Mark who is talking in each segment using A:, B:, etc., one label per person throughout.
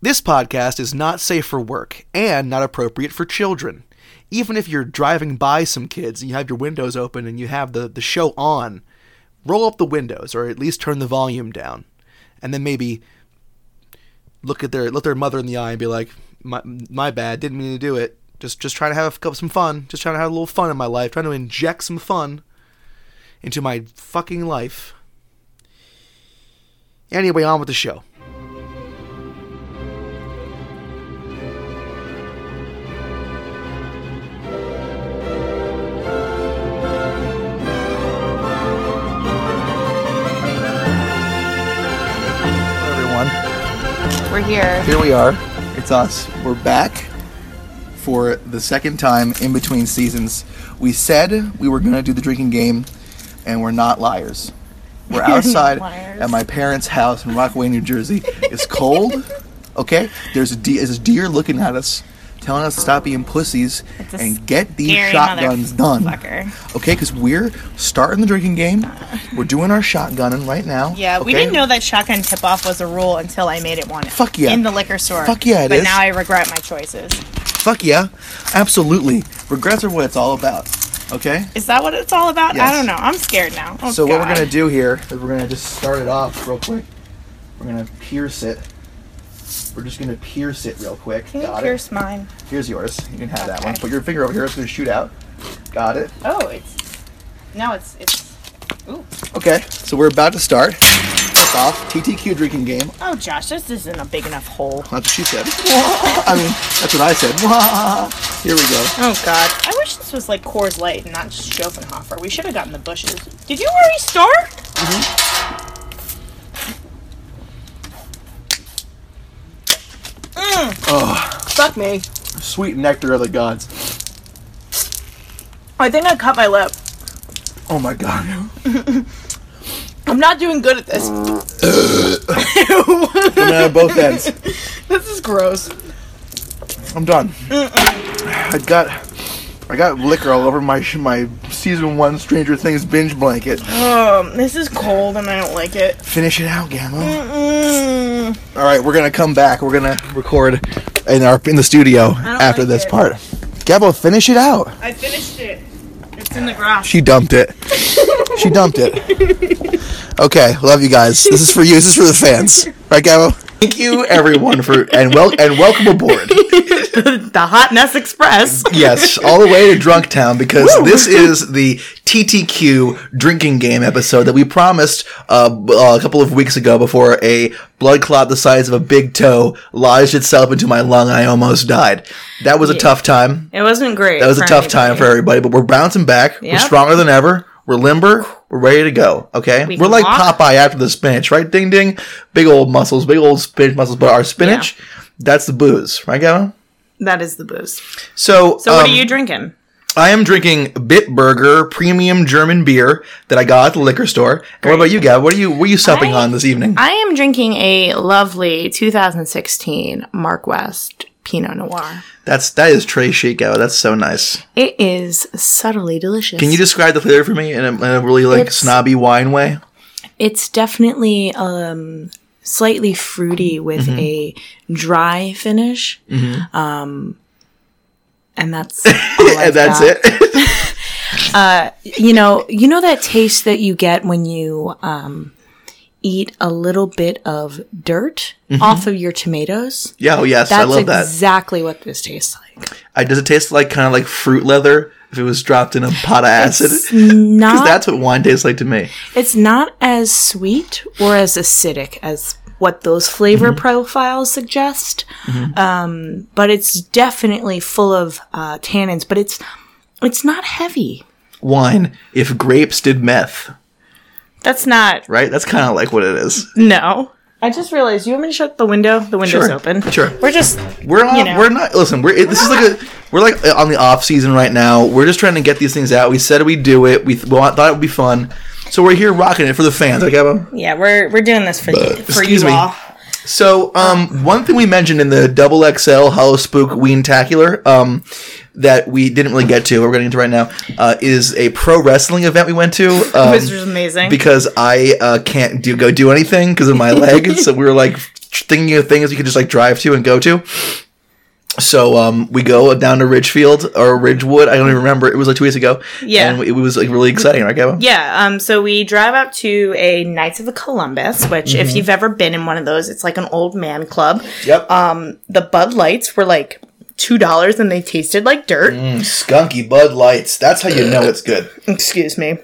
A: This podcast is not safe for work and not appropriate for children. Even if you're driving by some kids and you have your windows open and you have the, the show on, roll up the windows or at least turn the volume down. And then maybe look at their look their mother in the eye and be like, my, my bad, didn't mean to do it. Just just trying to have a couple, some fun. Just trying to have a little fun in my life. Trying to inject some fun into my fucking life. Anyway, on with the show.
B: everyone.
C: We're here.
B: Here we are. It's us. We're back for the second time in between seasons. We said we were going to do the drinking game, and we're not liars. We're outside
C: liars.
B: at my parents' house in Rockaway, New Jersey. It's cold, okay? There's a, de- there's a deer looking at us, telling us to stop being pussies
C: a
B: and get these
C: scary
B: shotguns done.
C: motherfucker.
B: Okay, because we're starting the drinking game. We're doing our shotgunning right now.
C: Yeah, we
B: okay?
C: didn't know that shotgun tip off was a rule until I made it one.
B: Fuck yeah.
C: In the liquor store.
B: Fuck yeah, it
C: but
B: is.
C: now I regret my choices.
B: Fuck yeah, absolutely. Regrets are what it's all about. Okay.
C: Is that what it's all about?
B: Yes.
C: I don't know. I'm scared now. Oh,
B: so what we're
C: God.
B: gonna do here is we're gonna just start it off real quick. We're gonna pierce it. We're just gonna pierce it real quick.
C: Can you
B: Got
C: pierce mine?
B: it. Here's yours. You can have that one.
C: Okay.
B: Put your finger over here. It's gonna shoot out. Got it.
C: Oh, it's now it's it's. Ooh.
B: Okay. So we're about to start. Piss off. TTQ drinking game.
C: Oh, Josh, this isn't a big enough hole.
B: That's what she said. I mean, that's what I said. here we go.
C: Oh God. I wish this was like Coors Light and not just Schopenhofer. We should have gotten the bushes. Did you already start? Mm-hmm.
B: Oh,
C: Fuck Mm. me.
B: sweet nectar of the gods.
C: I think I cut my lip.
B: Oh my god.
C: I'm not doing good at this. Ew.
B: Coming out of both ends.
C: this is gross.
B: I'm done. I got I got liquor all over my sh- my season one Stranger Things binge blanket.
C: Um, this is cold and I don't like it. Mm.
B: Finish it out, Gamma.
C: Mm-mm.
B: All right, we're gonna come back. We're gonna record in our in the studio
C: don't
B: after
C: like
B: this
C: it.
B: part. Gabbo, finish it out.
C: I finished it. It's in the garage.
B: She dumped it. she dumped it. Okay, love you guys. This is for you. This is for the fans. Right, Gabbo? Thank you, everyone, for and well and welcome aboard.
C: the Hotness Express.
B: Yes, all the way to Drunk Town because this is the TTQ drinking game episode that we promised uh, b- uh, a couple of weeks ago before a blood clot the size of a big toe lodged itself into my lung and I almost died. That was a tough time.
C: It wasn't great.
B: That was a tough time for everybody, but we're bouncing back. We're
C: Yep.
B: stronger than ever. We're limber. We're ready to go. Okay, we are
C: can
B: like
C: walk.
B: Popeye after the spinach, right? Ding ding, big old muscles, big old spinach muscles. But our spinach, that's the booze, right, Gavin?
D: That is the booze.
B: So,
D: So what
B: um,
D: are you drinking?
B: I am drinking Bitburger premium German beer that I got at the liquor store. And what about you, Gab? What are you what are you supping
D: I-
B: on this evening?
D: I am drinking a lovely 2016 Mark West Pinot Noir.
B: That's that is Trey chic, Gab. That's so nice.
D: It is subtly delicious.
B: Can you describe the flavor for me in a, in a really like
D: It's-
B: snobby wine way?
D: it's definitely um, slightly fruity with
B: Mm-hmm.
D: a dry finish. Um, and that's all
B: And that's it.
D: you know, you know that taste that you get when you um, eat a little bit of dirt off of your tomatoes.
B: yeah, oh Mm-hmm. yes,
D: That's
B: I love that.
D: exactly what this tastes like.
B: I, does it taste like kind of like fruit leather if it was dropped in a pot of acid?
D: It's
B: Because
D: not.
B: that's what wine tastes like to me.
D: it's not as sweet or as acidic as what those flavor
B: Mm-hmm.
D: profiles suggest, um, but it's definitely full of uh, tannins. But it's it's not heavy.
B: Wine, if grapes did meth,
D: That's not
B: right? That's kind of like what it is.
D: no. I just realized you want me to shut the window. The window's
B: Sure,
D: open.
B: sure.
D: We're just
B: We're on,
D: you know.
B: we're not listen we're it, this is like a we're like uh, on the off season right now we're just trying to get these things out we said we'd do it we th- well, I thought it would be fun so we're here rocking it for the fans okay Bubba?
C: Yeah, we're we're doing this for for
B: excuse
C: you
B: me.
C: all.
B: so um one thing we mentioned in the double xl hollow spook weentacular um that we didn't really get to we're getting into right now uh, is a pro wrestling event we went to um,
C: This is amazing.
B: because I uh, can't do go do anything because of my leg. so we were like thinking of things you could just like drive to and go to. So um, we go down to Ridgefield or Ridgewood. I don't even remember. It was like two weeks ago.
C: Yeah.
B: and it was like really exciting, right, Gavin?
C: Yeah, um, so we drive up to a Knights of the Columbus, which, if you've ever been in one of those, it's like an old man club.
B: Yep.
C: Um, the Bud Lights were like $2 and they tasted like dirt.
B: Mm. Skunky Bud Lights. That's how you know it's good.
C: Excuse me.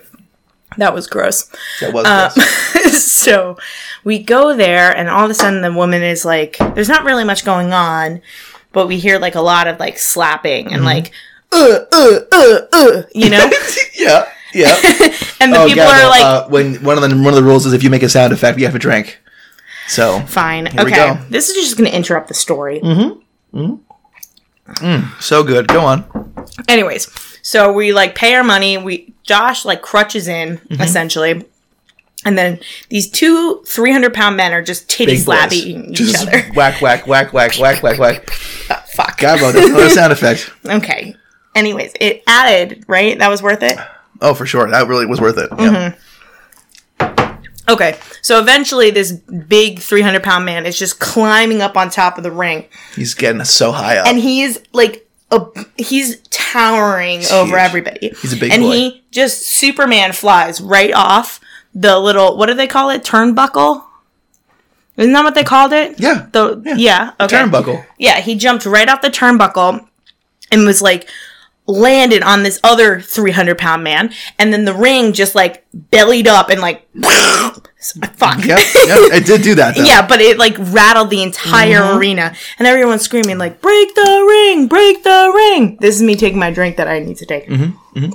C: That was gross.
B: That was
C: Uh,
B: gross.
C: so we go there, and all of a sudden, the woman is like, there's not really much going on, but we hear like a lot of like slapping
B: Mm-hmm.
C: and like, uh, uh, uh, uh, you know?
B: yeah, yeah.
C: And the people
B: God,
C: are
B: no,
C: like,
B: uh, when one of the one of the rules is if you make a sound effect, you have to drink. So
C: fine.
B: we
C: Okay.
B: go.
C: This is just going to interrupt the story.
B: so good. Go on.
C: Anyways, so we like pay our money. We Josh like crutches in
B: Mm-hmm.
C: essentially, and then these two three hundred pound men are just titty
B: Big boys.
C: slapping each
B: Just
C: other. Oh,
B: Whack whack whack whack whack whack whack.
C: Fuck.
B: Gabo, that's another sound effect.
C: Okay. Anyways, it added right. That was worth it.
B: Oh, for sure. That really was worth it. Yeah.
C: Mm-hmm. Okay, so eventually this big three hundred pound man is just climbing up on top of the ring,
B: He's getting us so high up.
C: and he is like a he's towering over
B: huge.
C: everybody.
B: He's a big
C: and
B: boy.
C: he just Superman flies right off the little what do they call it turnbuckle? Isn't that what they called it?
B: yeah.
C: The yeah, okay.
B: Turnbuckle.
C: Yeah, he jumped right off the turnbuckle and was like landed on this other 300 pound man and then the ring just like bellied up and like fuck
B: Yep. yep. It did do that. Though.
C: yeah, but it like rattled the entire
B: Mm-hmm.
C: arena, and everyone's screaming like, "Break the ring! Break the ring!" This is me taking my drink that I need to take.
B: Mm-hmm.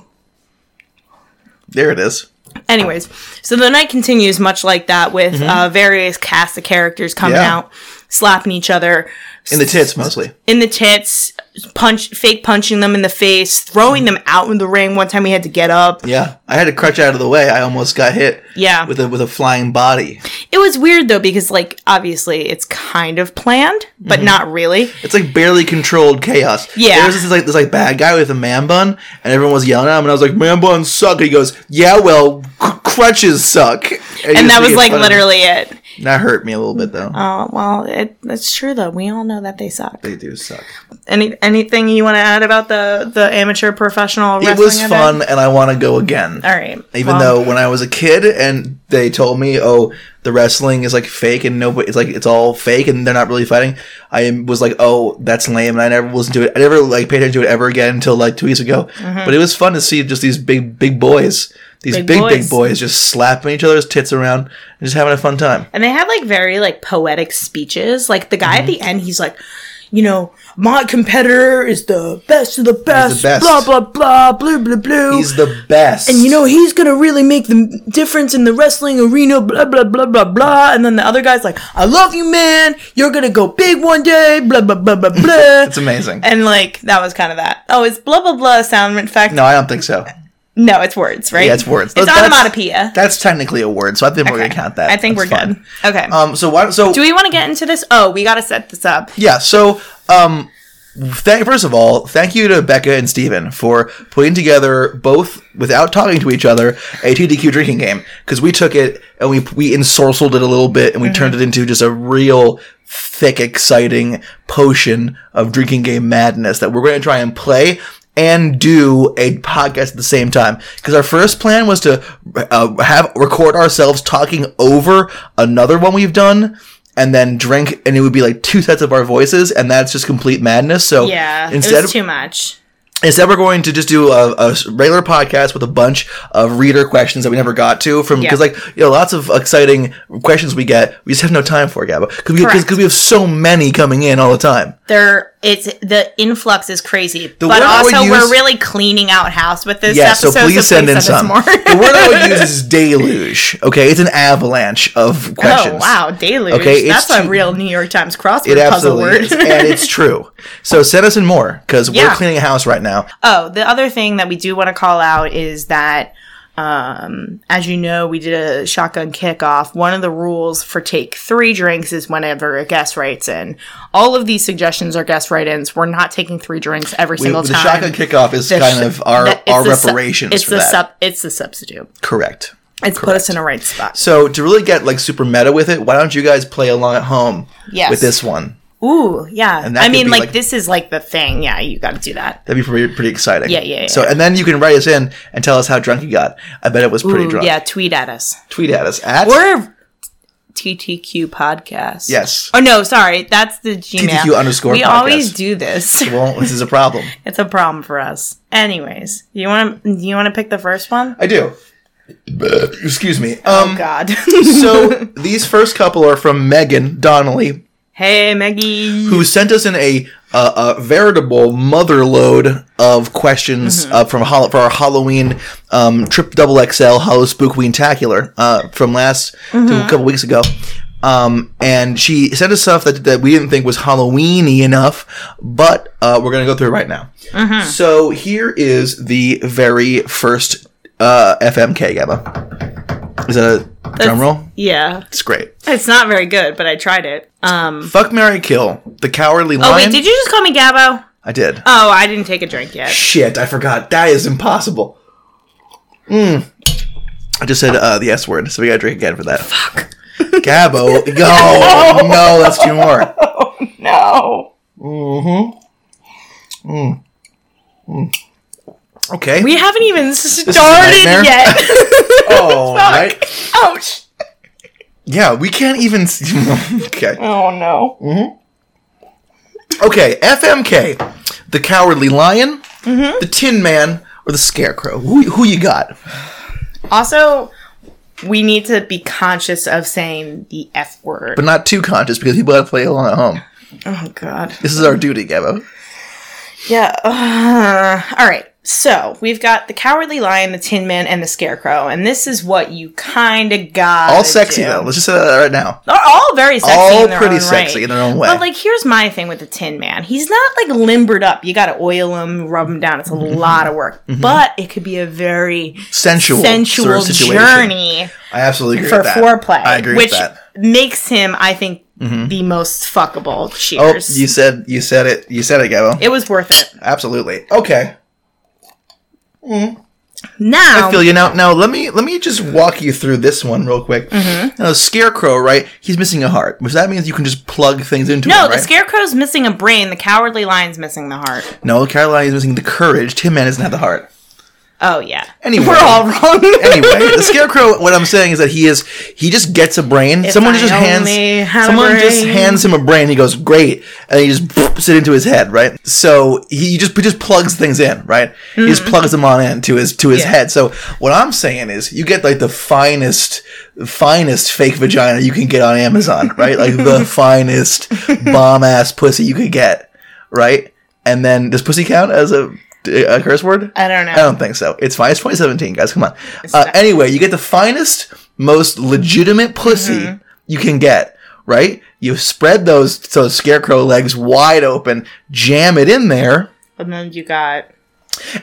B: There it is.
C: Anyways, so the night continues much like that with uh, various cast of characters coming
B: Mm-hmm. Yeah.
C: out, slapping each other
B: In the tits mostly.
C: in the tits, punch, fake punching them in the face, throwing them out in the ring. One time we had to get up.
B: Yeah. I had to crutch out of the way. I almost got hit.
C: Yeah.
B: With a with a flying body.
C: It was weird though because like obviously it's kind of planned, but
B: Mm-hmm.
C: not really.
B: It's like barely controlled chaos.
C: Yeah.
B: There was this like this like bad guy with a man bun, and everyone was yelling at him, and I was like, "Man buns suck." And he goes, "Yeah, well, cr- crutches suck."
C: And that was like literally it.
B: that hurt me a little bit though.
C: Oh well, it, that's true though. We all know that they suck.
B: they do suck.
C: Any anything you want to add about the the amateur professional?
B: It
C: Wrestling
B: was
C: event?
B: fun, and I want to go again.
C: All right.
B: Even
C: Well,
B: though when I was a kid and they told me, "Oh, the wrestling is like fake and nobody, it's like it's all fake and they're not really fighting," I am- was like, "Oh, that's lame," and I never listened to it. I never like paid attention to it ever again until like two weeks ago. But it was fun to see just these big, big boys, these
C: Mm-hmm. Big
B: big, big boys.
C: boys.
B: just slapping each other's tits around and just having a fun time.
C: and they had like very like poetic speeches. Like the guy at
B: Mm-hmm.
C: the end, he's like, you know, my competitor is the best of the best.
B: best.
C: Blah blah blah. Blue blue blue.
B: He's the best,
C: and you know he's gonna really make the difference in the wrestling arena. Blah blah blah blah blah. And then the other guy's like, "I love you, man. You're gonna go big one day." Blah blah blah blah blah.
B: it's amazing.
C: And like that was kind of that. Oh, is blah blah blah a sound in fact?
B: no, I don't think so.
C: No, it's words, right?
B: Yeah, it's words.
C: It's
B: That's-
C: onomatopoeia.
B: That's technically a word, so I think we're gonna count that.
C: I think
B: That's
C: we're
B: fun.
C: good. Okay.
B: Um, so why? So
C: Do we want to get into this? Oh, we got to set this up.
B: yeah so um thank first of all thank you to becca and steven for putting together both without talking to each other a tdq drinking game because we took it and we we ensorcelled it a little bit and we turned it into just a real thick exciting potion of drinking game madness that we're going to try and play and do a podcast at the same time because our first plan was to uh, have record ourselves talking over another one we've done and then drink and it would be like two sets of our voices and that's just complete madness so
C: Yeah, it
B: instead
C: was too much.
B: instead we're going to just do a, a regular podcast with a bunch of reader questions that we never got to from because
C: Yeah.
B: like you know lots of exciting questions we get we just have no time for Gabba because we, 'cause-
C: Correct.
B: 'cause we have so many coming in all the time
C: There, it's the influx is crazy,
B: word
C: but
B: I would
C: also
B: use-
C: we're really cleaning out house with this
B: yeah,
C: episode.
B: so please send in some.
C: us
B: the word I would use is deluge. Okay, it's an avalanche of questions.
C: oh wow, deluge!
B: Okay, it's
C: that's a
B: too-
C: real New York Times
B: It
C: crossword puzzle
B: absolutely
C: word.
B: is, and it's true. So send us in more because we're
C: Yeah.
B: cleaning a house right now.
C: Oh, the other thing that we do want to call out is that, um, as you know, we did a shotgun kickoff. One of the rules for take three drinks is whenever a guest writes in. All of these suggestions are guest write ins. We're not taking three drinks every
B: We-
C: single
B: the
C: time.
B: shotgun kickoff is
C: The
B: kind
C: sh-
B: of our
C: that- it's
B: our
C: a su-
B: reparations
C: it's
B: for
C: a
B: that.
C: sub- it's a substitute.
B: Correct.
D: It's put us in a right spot.
B: So to really get like super meta with it, why don't you guys play along at home
D: Yes.
B: with this one?
D: Ooh, yeah.
B: And that
D: I
B: could
D: mean,
B: be,
D: like,
B: like-
D: this is like the thing. Yeah, you got to do that.
B: That'd be pretty, pretty exciting.
D: Yeah, yeah, yeah.
B: So and then you can write us in and tell us how drunk you got. I bet it was pretty
D: Ooh,
B: drunk.
D: Yeah, tweet at us.
B: Tweet at us at
D: We're TTQ podcast.
B: yes.
D: Oh no, sorry. That's the Gmail.
B: TTQ underscore
D: We
B: podcast.
D: always do this.
B: Well, this is a problem.
D: It's a problem for us. Anyways, you want to you want to pick the first one?
B: I do. Excuse me. Um,
D: God.
B: so these first couple are from Megan Donnelly,
D: hey, Maggie.
B: who sent us in a uh, a veritable motherload of questions
D: Mm-hmm.
B: uh, from Hol- for our Halloween um, trip double XL Hollow Spook Tacular uh, from last to
D: Mm-hmm.
B: a couple weeks ago. Um, and she sent us stuff that, that we didn't think was Halloweeny enough, but uh, we're gonna go through it right now.
D: Mm-hmm.
B: So here is the very first uh, FMK Gabba. Is that a drum roll?
D: Yeah,
B: It's great.
D: it's not very good, but I tried it. Um.
B: Fuck Mary Kill, the cowardly
D: Oh
B: lion.
D: wait, did you just call me Gabbo?
B: I did.
D: Oh, I didn't take a drink yet.
B: Shit, I forgot. That is impossible. Mm. I just said uh, the S word, so we gotta drink again for that. Fuck. Gabbo. Go. no. that's two more.
D: Oh,
B: Mm-hmm.
D: No.
B: Hmm. Okay.
D: We haven't even started
B: nightmare.
D: yet.
B: oh, right.
D: Ouch.
B: Yeah, we can't even. s- okay.
D: Oh no.
B: Okay, FMK. The Cowardly Lion,
D: Mm-hmm.
B: the Tin Man, or the Scarecrow. Who, who you got?
D: Also, we need to be conscious of saying the F word.
B: But not too conscious because people gotta play along at home.
D: Oh god.
B: This is our duty, Gabbo.
D: Yeah. uh, all right. So we've got the Cowardly Lion, the Tin Man, and the Scarecrow, and this is what you kind of got.
B: All sexy, though. Let's just say that right now.
D: They're all very sexy.
B: All
D: in their
B: pretty
D: own
B: sexy
D: right.
B: in their own way.
D: But like, here's my thing with the Tin Man. He's not like limbered up. You got to oil him, rub him down. It's a
B: Mm-hmm.
D: lot of work, but it could be a very
B: sensual,
D: sensual
B: sort of situation.
D: journey
B: I absolutely agree
D: for
B: with that.
D: foreplay.
B: I agree
D: which
B: with that. Mm-hmm.
D: makes him, I think, the most fuckable.
B: Oh,
D: Cheers.
B: you said you said it. You said it, Gabo.
D: it was worth it.
B: Absolutely. Okay.
D: Now,
B: I feel you
D: Um,
B: now. Now let me let me just walk you through this one real quick.
D: Mm-hmm.
B: Now, the scarecrow, right? He's missing a heart, which that means you can just plug things into
D: No,
B: him,
D: the
B: right?
D: scarecrow's missing a brain. The cowardly lion's missing the heart.
B: no, Caroline is missing the courage. Tin Man doesn't have the heart.
D: Oh yeah.
B: Anyway.
D: we're all wrong.
B: Anyway, the scarecrow. What I'm saying is that he is he just gets a brain. someone
D: I
B: just hands
D: only had a
B: someone just
D: brain.
B: hands him a brain. He goes great, and he just poops it into his head. Right. So he just he just plugs things in. Right. He just plugs them on in to his to his
D: Mm-hmm. Yeah.
B: head. So what I'm saying is you get like the finest finest fake vagina you can get on Amazon. Right. Like the finest bomb ass pussy you could get. Right. And then does pussy count as a a curse word?
D: I don't know.
B: I don't think so. It's fine. It's 2017, guys. Come on. Uh, anyway, you get the finest, most legitimate pussy
D: Mm-hmm.
B: you can get, right? You spread those those scarecrow legs wide open, jam it in there,
D: and then you got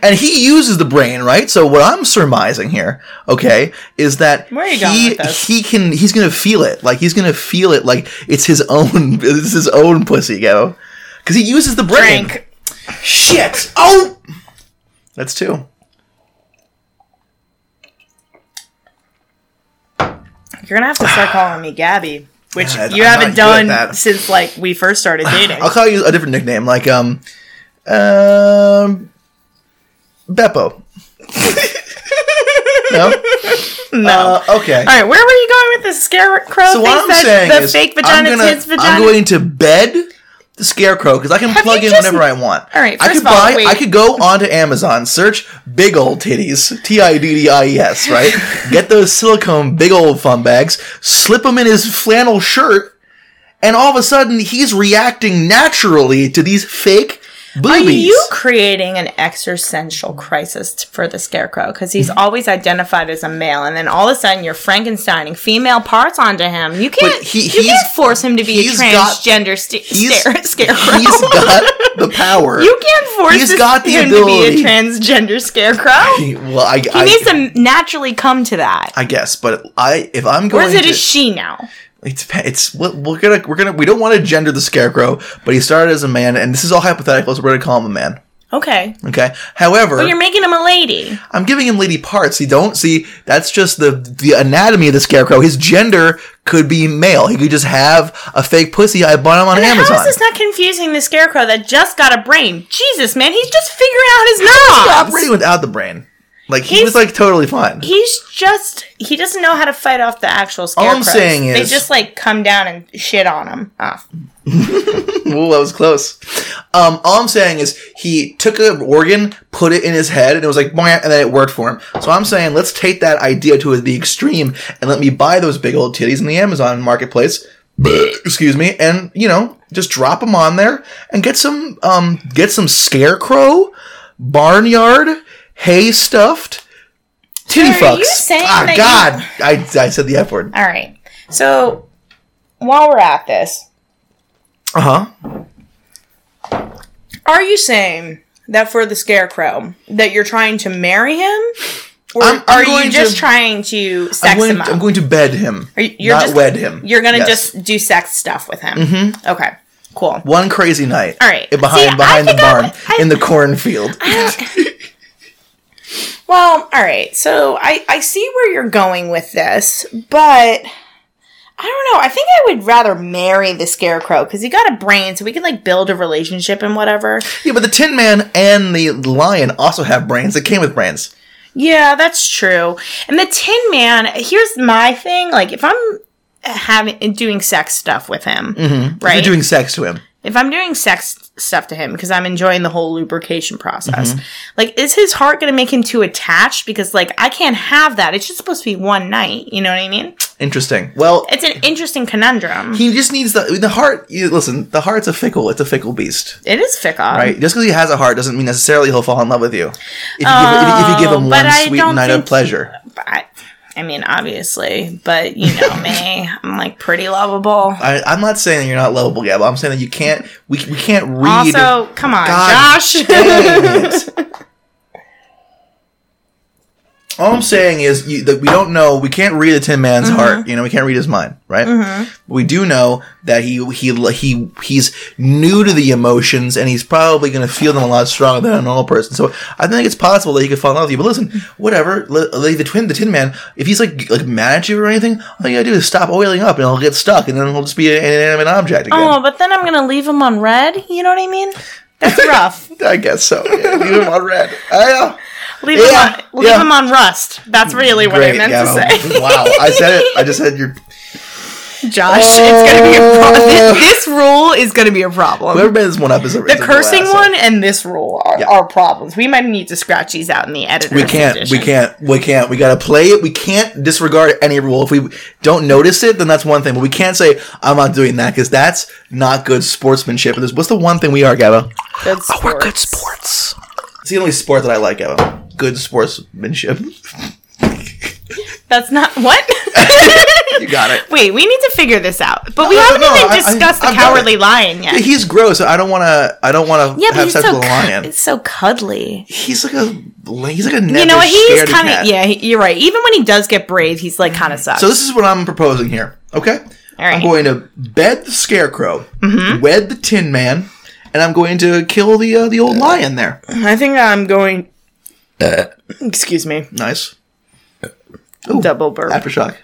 B: and he uses the brain, right? So what I'm surmising here, okay, is that
D: Where are you
B: he
D: going with this?
B: he can he's gonna feel it, like he's gonna feel it, like it's his own it's his own pussy, go, because he uses the brain.
D: Frank.
B: Shit! Oh, that's two.
D: You're gonna have to start calling me Gabby, which
B: God,
D: you
B: I'm not
D: haven't
B: good at
D: done
B: that.
D: since like we first started dating.
B: I'll call you a different nickname, like um, um, Beppo. no, no. okay.
D: all right, where were you going with the scarecrow?
B: So what
D: thing?
B: I'm
D: That-
B: saying
D: the
B: is,
D: fake
B: I'm
D: vagina,
B: gonna,
D: tits vagina.
B: I'm going to bed the scarecrow because I can
D: Have
B: plug
D: you
B: in
D: just-
B: whenever I want.
D: All right,
B: I
D: first
B: could
D: of all,
B: buy.
D: wait.
B: I could go onto Amazon, search big old titties, T I D D I E S, right? Get those silicone big old fun bags, slip them in his flannel shirt, and all of a sudden he's reacting naturally to these fake
D: Are
B: boobies.
D: you creating an existential crisis t- for the scarecrow? Because he's always identified as a male, and then all of a sudden you're Frankensteining female parts onto him. You can't.
B: But he-
D: you
B: he's-
D: can't force him to be a
B: he's got-
D: transgender st-
B: he's-
D: stare- scarecrow.
B: He's got the power.
D: you can't force
B: he's
D: this
B: got the
D: him to
B: ability.
D: be a transgender scarecrow. He
B: Well, I, he I,
D: needs to naturally come to that.
B: I guess, but I if I'm
D: Or
B: going
D: is it
B: to,
D: a she now?
B: It's it's we're we're gonna we're gonna we don't want to gender the scarecrow, but he started as a man, and this is all hypothetical, so we're gonna call him a man.
D: Okay.
B: Okay. However,
D: But you're making him a lady.
B: I'm giving him lady parts. You don't see that's just the the anatomy of the scarecrow. His gender could be male. He could just have a fake pussy I bought him on Amazon.
D: How is this not confusing the scarecrow that just got a brain? Jesus, man, he's just figuring out his knobs.
B: operating without the brain. Like he
D: He's-
B: was like totally fine.
D: He's just he doesn't know how to fight off the actual scarecrows.
B: I'm saying
D: they
B: is-
D: just like come down and shit on him. Ah.
B: Ooh, that was close. Um, all I'm saying is he took an organ, put it in his head, and it was like, boing, and then it worked for him. So I'm saying let's take that idea to the extreme and let me buy those big old titties in the Amazon marketplace. Excuse me, and you know, just drop them on there and get some, um, get some scarecrow, barnyard, hay stuffed, titty
D: Sir, are
B: fucks.
D: you saying
B: ah,
D: that you-
B: God, I, I said the F word.
D: All right. So while we're at this,
B: Uh huh.
D: are you saying that for the scarecrow that you're trying to marry him, or
B: I'm- I'm
D: are
B: going
D: you just
B: to-
D: trying to sex
B: I'm going,
D: him up?
B: I'm going to bed him,
D: Are you- you're
B: not
D: just-
B: wed him.
D: You're gonna
B: Yes.
D: just do sex stuff with him. Mm-hmm. Okay. Cool.
B: One crazy night.
D: All right.
B: Eh, Behind
D: See, I
B: behind the
D: think I
B: barn
D: would- I-
B: in the cornfield.
D: Well, all right. So I I see where you're going with this, but. I don't know. I think I would rather marry the scarecrow because he got a brain, so we could like build a relationship and whatever.
B: yeah, but the Tin Man and the Lion also have brains. They came with brains.
D: Yeah, that's true. And the Tin Man, here's my thing. Like, if I'm having doing sex stuff with him, right?
B: Mm-hmm. You're doing sex to him.
D: if I'm doing sex stuff to him because I'm enjoying the whole lubrication process, like, is his heart going to make him too attached? Because like, I can't have that. It's just supposed to be one night. You know what I mean?
B: Interesting. Well,
D: It's an interesting conundrum.
B: he just needs the the heart. You, listen, the heart's a fickle. It's a fickle beast.
D: it is fickle,
B: Right? Just because he has a heart doesn't mean necessarily he'll fall in love with you. If you, give, if, if you give him
D: Oh,
B: one
D: but I
B: sweet
D: don't
B: night of
D: think-
B: pleasure,
D: But I, I mean, obviously, but you know me, I'm like pretty lovable.
B: I, I'm not saying that you're not lovable, Gab. I'm saying that you can't. We, we can't read.
D: Also, come on,
B: God
D: Josh.
B: Dang it. All I'm saying is you, that we don't know. We can't read the Tin Man's heart. You know, we can't read his mind, right? We do know that he he he he's new to the emotions, and he's probably going to feel them a lot stronger than a normal person. So I think it's possible that he could fall in love with you. But listen, whatever. li- Like the twin, the Tin Man, if he's like like mad at you or anything, all you gotta do is stop oiling up, and he'll get stuck, and then he'll just be an inanimate object again.
D: Oh, but then I'm gonna leave him on red. You know what I mean? That's rough.
B: I guess so. Yeah, leave him on red. Ah, yeah.
D: leave
B: Yeah,
D: him on, leave
B: yeah. Mm,
D: him on rust. That's really what I meant to
B: Gabbo.
D: say.
B: wow, I said it. I just said your.
D: Josh, it's
B: Oh,
D: gonna be a problem. This, this rule is gonna be a problem.
B: Whoever made this one up is a
D: the cursing one and this rule are,
B: Yeah.
D: are problems. We might need to scratch these out in the editor.
B: We can't. We can't. We can't. We gotta play it. We can't disregard any rule. If we don't notice it, then that's one thing. But we can't say I'm not doing that because that's not good sportsmanship. And there's- What's the one thing we are, Gabba?
D: Oh, Good sports.
B: sports. It's the only sport that I like, Gabba. Good sportsmanship.
D: That's not what.
B: You got it.
D: Wait, we need to figure this out. But we
B: no,
D: haven't
B: no,
D: even
B: I- I-
D: discussed
B: I've
D: the
B: got it.
D: cowardly lion yet.
B: He's gross. I don't want to. I don't want to
D: yeah, but
B: have
D: he's
B: sex
D: so,
B: with a lion.
D: cu- it's so cuddly.
B: he's like a. He's like a.
D: you know what? He's kind
B: of
D: of yeah. he- You're right. Even when he does get brave, he's like kind of sucks.
B: Mm-hmm. So oh this is what I'm proposing here. Okay.
D: right. Mm-hmm.
B: I'm going to bed the scarecrow, wed the Tin Man, and I'm going to kill the uh, the old lion there.
D: I think I'm going. Excuse me.
B: Nice
D: Double burp.
B: aftershock.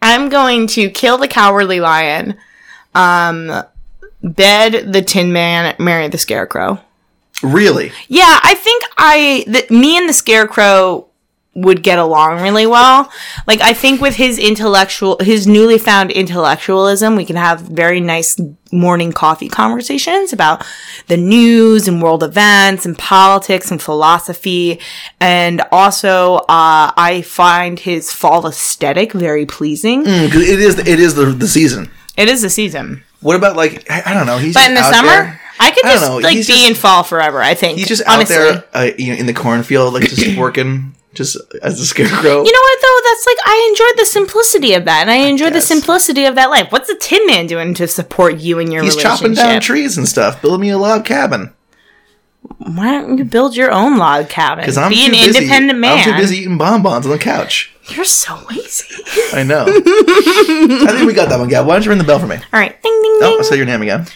D: I'm going to kill the cowardly lion, um, bed the Tin Man, marry the Scarecrow.
B: Really?
D: Yeah, I think I th- me and the Scarecrow would get along really well. Like I think with his intellectual his newly found intellectualism, we can have very nice morning coffee conversations about the news and world events and politics and philosophy. And also uh I find his fall aesthetic very pleasing.
B: Mm, 'cause it is. It is the, the season.
D: It is the season.
B: What about like I, I don't know? He's
D: But
B: just
D: in the
B: out
D: summer,
B: there-
D: I could
B: I don't
D: just
B: know,
D: like be
B: he's just-
D: in fall forever, I think.
B: he's just
D: honestly.
B: out there, uh, you know, in the cornfield, like just working, just as a scarecrow.
D: You know what though? That's like I enjoyed the simplicity of that, and I enjoyed the
B: guess.
D: simplicity of that life. What's the Tin Man doing to support you in your
B: he's chopping
D: relationship?
B: down trees and stuff, building me a log cabin.
D: Why don't you build your own log cabin?
B: Because I'm
D: be
B: too
D: an
B: busy.
D: independent man.
B: I'm too busy eating bonbons on the couch.
D: You're so lazy.
B: I know. I think we got that one, Gab. Why don't you ring the bell for me?
D: All right, ding ding ding.
B: Oh, I said your name again.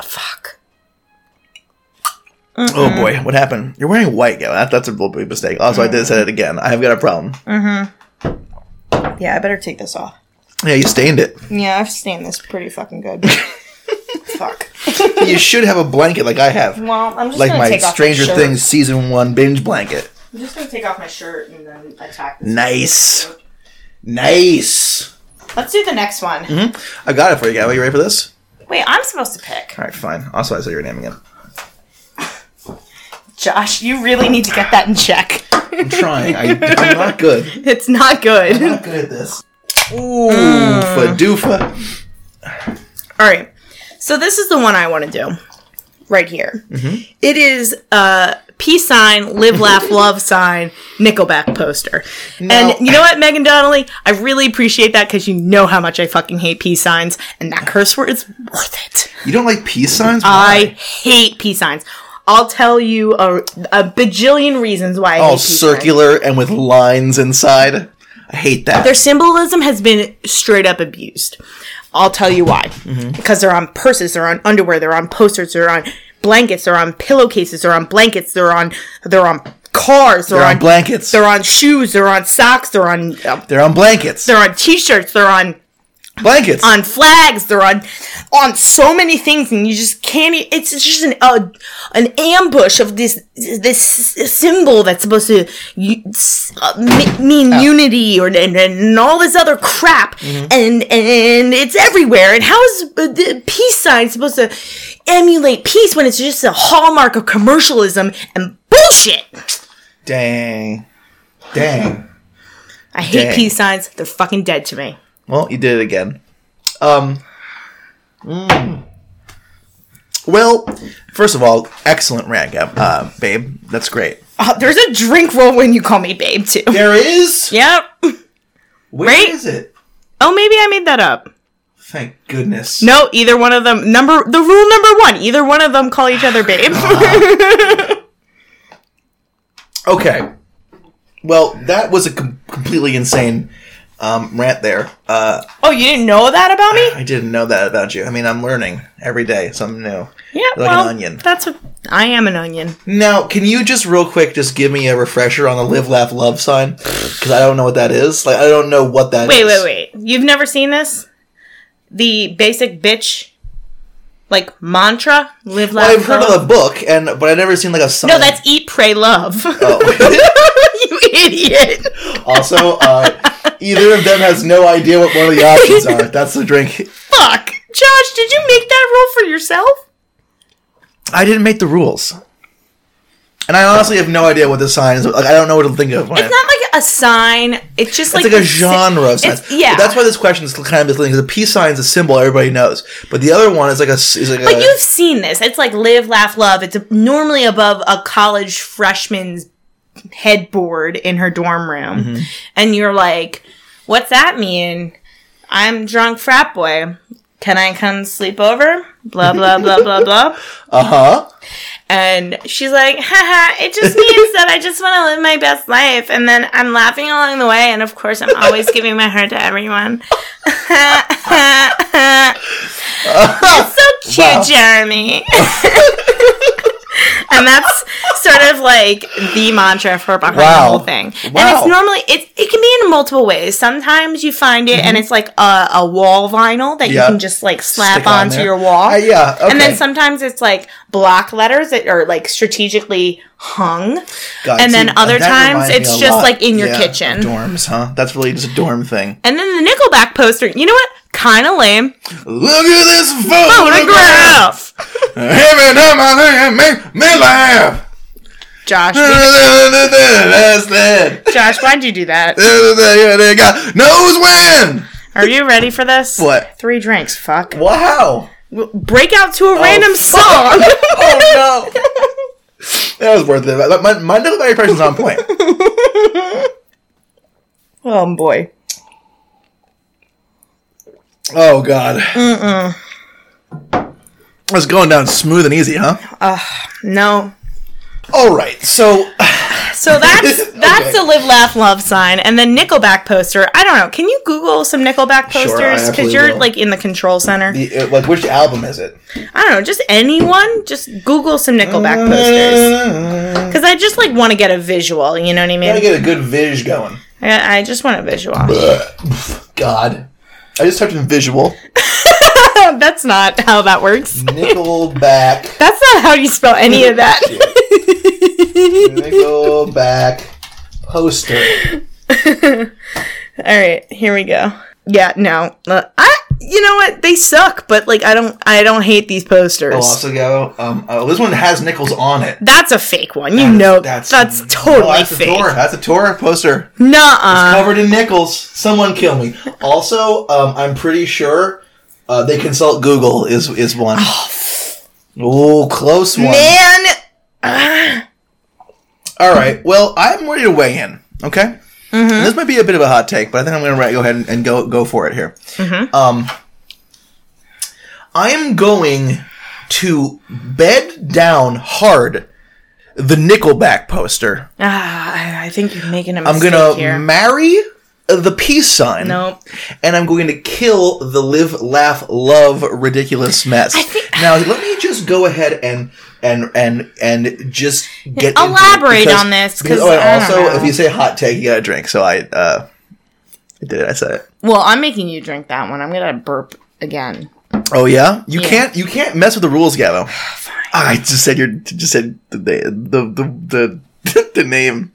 D: fuck.
B: Oh boy, what happened? You're wearing white. Yeah, that, that's a little big mistake. Also, I did say it again. I have got a problem.
C: Yeah, I better take this off.
B: Yeah, you stained it.
C: Yeah, I've stained this pretty fucking good. Fuck.
B: you should have a blanket like I have,
C: Well, I'm just
B: like
C: gonna
B: my
C: take off
B: Stranger
C: my shirt.
B: Things season one binge blanket.
C: I'm just gonna take off my shirt and then attack. This
B: Nice. Nice.
C: Let's do the next one.
B: I got it for you, Gabby. You ready for this?
C: Wait, I'm supposed to pick.
B: All right, fine. Also, I say your name again.
C: Josh, you really need to get that in check.
B: I'm trying. I, I'm not good.
D: It's not good.
B: I'm not good at this. Ooh,
C: Mm.
B: fadoofa.
D: All right. So this is the one I want to do right here. It is a peace sign, live, laugh, love sign, Nickelback poster. And you know what, Megan Donnelly? I really appreciate that because you know how much I fucking hate peace signs, and that curse word is worth it.
B: You don't like peace signs?
D: I hate peace signs. I'll tell you a, a bajillion reasons why I hate
B: all
D: peace signs.
B: circular and with lines inside. I hate that.
D: their symbolism has been straight up abused. I'll tell you why.
B: Mm-hmm.
D: Because they're on purses, they're on underwear, they're on posters, they're on blankets, they're on pillowcases, they're on blankets, they're on they're on cars, they're,
B: They're
D: on,
B: on blankets.
D: they're on shoes, they're on socks, they're on uh,
B: They're on blankets.
D: they're on t-shirts, they're on
B: blankets.
D: on flags, they're on on so many things, and you just can't. e- It's just an uh, an ambush of this this symbol that's supposed to u- s- uh, me- mean unity or and, and all this other crap, and and it's everywhere. And how is uh, the peace sign supposed to emulate peace when it's just a hallmark of commercialism and bullshit?
B: Dang. Dang.
D: I hate
B: Dang.
D: peace signs. They're fucking dead to me.
B: Well, you did it again. Um. mm. Well, first of all, excellent rant, Gab- uh, babe. That's great.
D: Uh, there's a drink roll when you call me babe too.
B: There is.
D: Yep.
B: Where
D: Right?
B: is it?
D: Oh, maybe I made that up.
B: Thank goodness.
D: No, either one of them. Number the rule number one. Either one of them call each other babe.
B: Okay. Well, that was a com- completely insane um, rant there. Uh,
D: oh, you didn't know that about me?
B: I didn't know that about you. I mean, I'm learning every day something new.
D: Yeah,
B: Like an
D: well,
B: onion.
D: That's what I am an onion.
B: Now, can you just real quick just give me a refresher on the live, laugh, love sign? Because I don't know what that is. Like, I don't know what that
D: Wait,
B: is.
D: wait, wait. You've never seen this? The basic bitch, like mantra. Live, laugh,
B: Well, I've heard
D: love.
B: of the book, and but I've never seen like a sign.
D: Uh-huh. No, that's eat, pray, love.
B: Oh.
D: you idiot.
B: also, uh, either of them has no idea what one of the options are. That's the drink.
D: Fuck, Josh. Did you make that rule for yourself?
B: I didn't make the rules. And I honestly have no idea what this sign is. Like, I don't know what to think of. When I-
D: It's not like a sign. It's just
B: it's
D: like
B: like, a genre of signs.
D: it's- yeah.
B: But that's why this question is kind of misleading because a peace sign is a symbol everybody knows, but the other one is like a s- is like
D: But
B: a
D: you've seen this. It's like live, laugh, love. It's normally above a college freshman's headboard in her dorm room.
B: Mm-hmm.
D: And you're like, what's that mean? I'm drunk frat boy. Can I come sleep over? Blah, blah, blah, blah, blah.
B: uh huh.
D: And she's like, haha, it just means that I just want to live my best life. And then I'm laughing along the way. And of course, I'm always giving my heart to everyone. it's so cute,
B: Wow.
D: Jeremy. and that's sort of like the mantra for behind
B: Wow.
D: the whole thing. And
B: Wow.
D: it's normally, it, it can be in multiple ways. Sometimes you find it and it's like a, a wall vinyl that
B: Mm-hmm. Yeah.
D: you can just like slap
B: Stick on
D: onto
B: there.
D: your wall.
B: Uh, yeah, okay.
D: And then sometimes it's like block letters that are like strategically hung.
B: God,
D: and then other
B: that reminds
D: times
B: me
D: it's
B: a
D: just,
B: lot.
D: like, in your
B: Yeah,
D: kitchen.
B: of dorms, huh? That's really just a dorm thing.
D: And then the Nickelback poster, you know what? Kind of lame.
B: Look at this photograph.
D: Photograph!
B: Every time I think it make me laugh.
D: Josh, we-
B: That's that.
D: Josh, why'd you do that?
B: God knows when.
D: Are you ready for this?
B: What?
D: Three drinks, fuck.
B: Wow.
D: Break out to a random song!
B: Oh no. That was worth it. My, my, my Nickelback impression's on point.
D: oh boy.
B: Oh god. Mm-mm. It's going down smooth and easy, huh?
D: No.
B: All right. So
D: So that's that's the live laugh love sign, and then Nickelback poster. I don't know. Can you Google some Nickelback
B: Sure, I
D: posters?
B: absolutely
D: you're
B: will.
D: like in the control center.
B: The- uh, like which album is it?
D: I don't know. Just anyone. Just Google some
B: Mm,
D: Nickelback posters.
B: I'm
D: Because I just like want to get a visual. You know what I
B: gonna
D: mean?
B: get a good viz going.
D: I, I just want a visual.
B: God, I just typed in visual
D: That's not how that works.
B: Nickelback.
D: That's not how you spell any of that.
B: Nickelback poster.
D: All right, here we go. Yeah, no, uh, I. You know what? They suck, but like I don't. I don't hate these posters.
B: Oh, also go. Um, oh, this one has nickels on it.
D: That's a fake one. You know that's, totally
B: oh, that's A
D: fake.
B: Torah, that's a Torah poster
D: Nuh-uh.
B: covered in nickels. Someone kill me. Also, um, I'm pretty sure uh, they consult Google is is one. Oh, close one.
D: Man,
B: All right. Well, I'm ready to weigh in. Okay. And This might be a bit of a hot take, but I think I'm going to go ahead and, and go go for it here. Um, I am going to bed down hard the Nickelback poster.
D: ah, I- I think you're making a
B: I'm
D: mistake
B: going to
D: here.
B: marry the peace sign.
D: Nope.
B: And I'm going to kill the live, laugh, love ridiculous mess. now, let me just go ahead and and and and just get into it,
D: Elaborate on this, 'cause
B: oh, and
D: I don't
B: also,
D: know.
B: if you say hot take, you got to drink. So I uh, I did it. I said it.
D: well, I'm making you drink that one. I'm gonna burp again.
B: Oh yeah, you can't you can't mess with the rules, Gabo. I just said you just said the the the the, the name.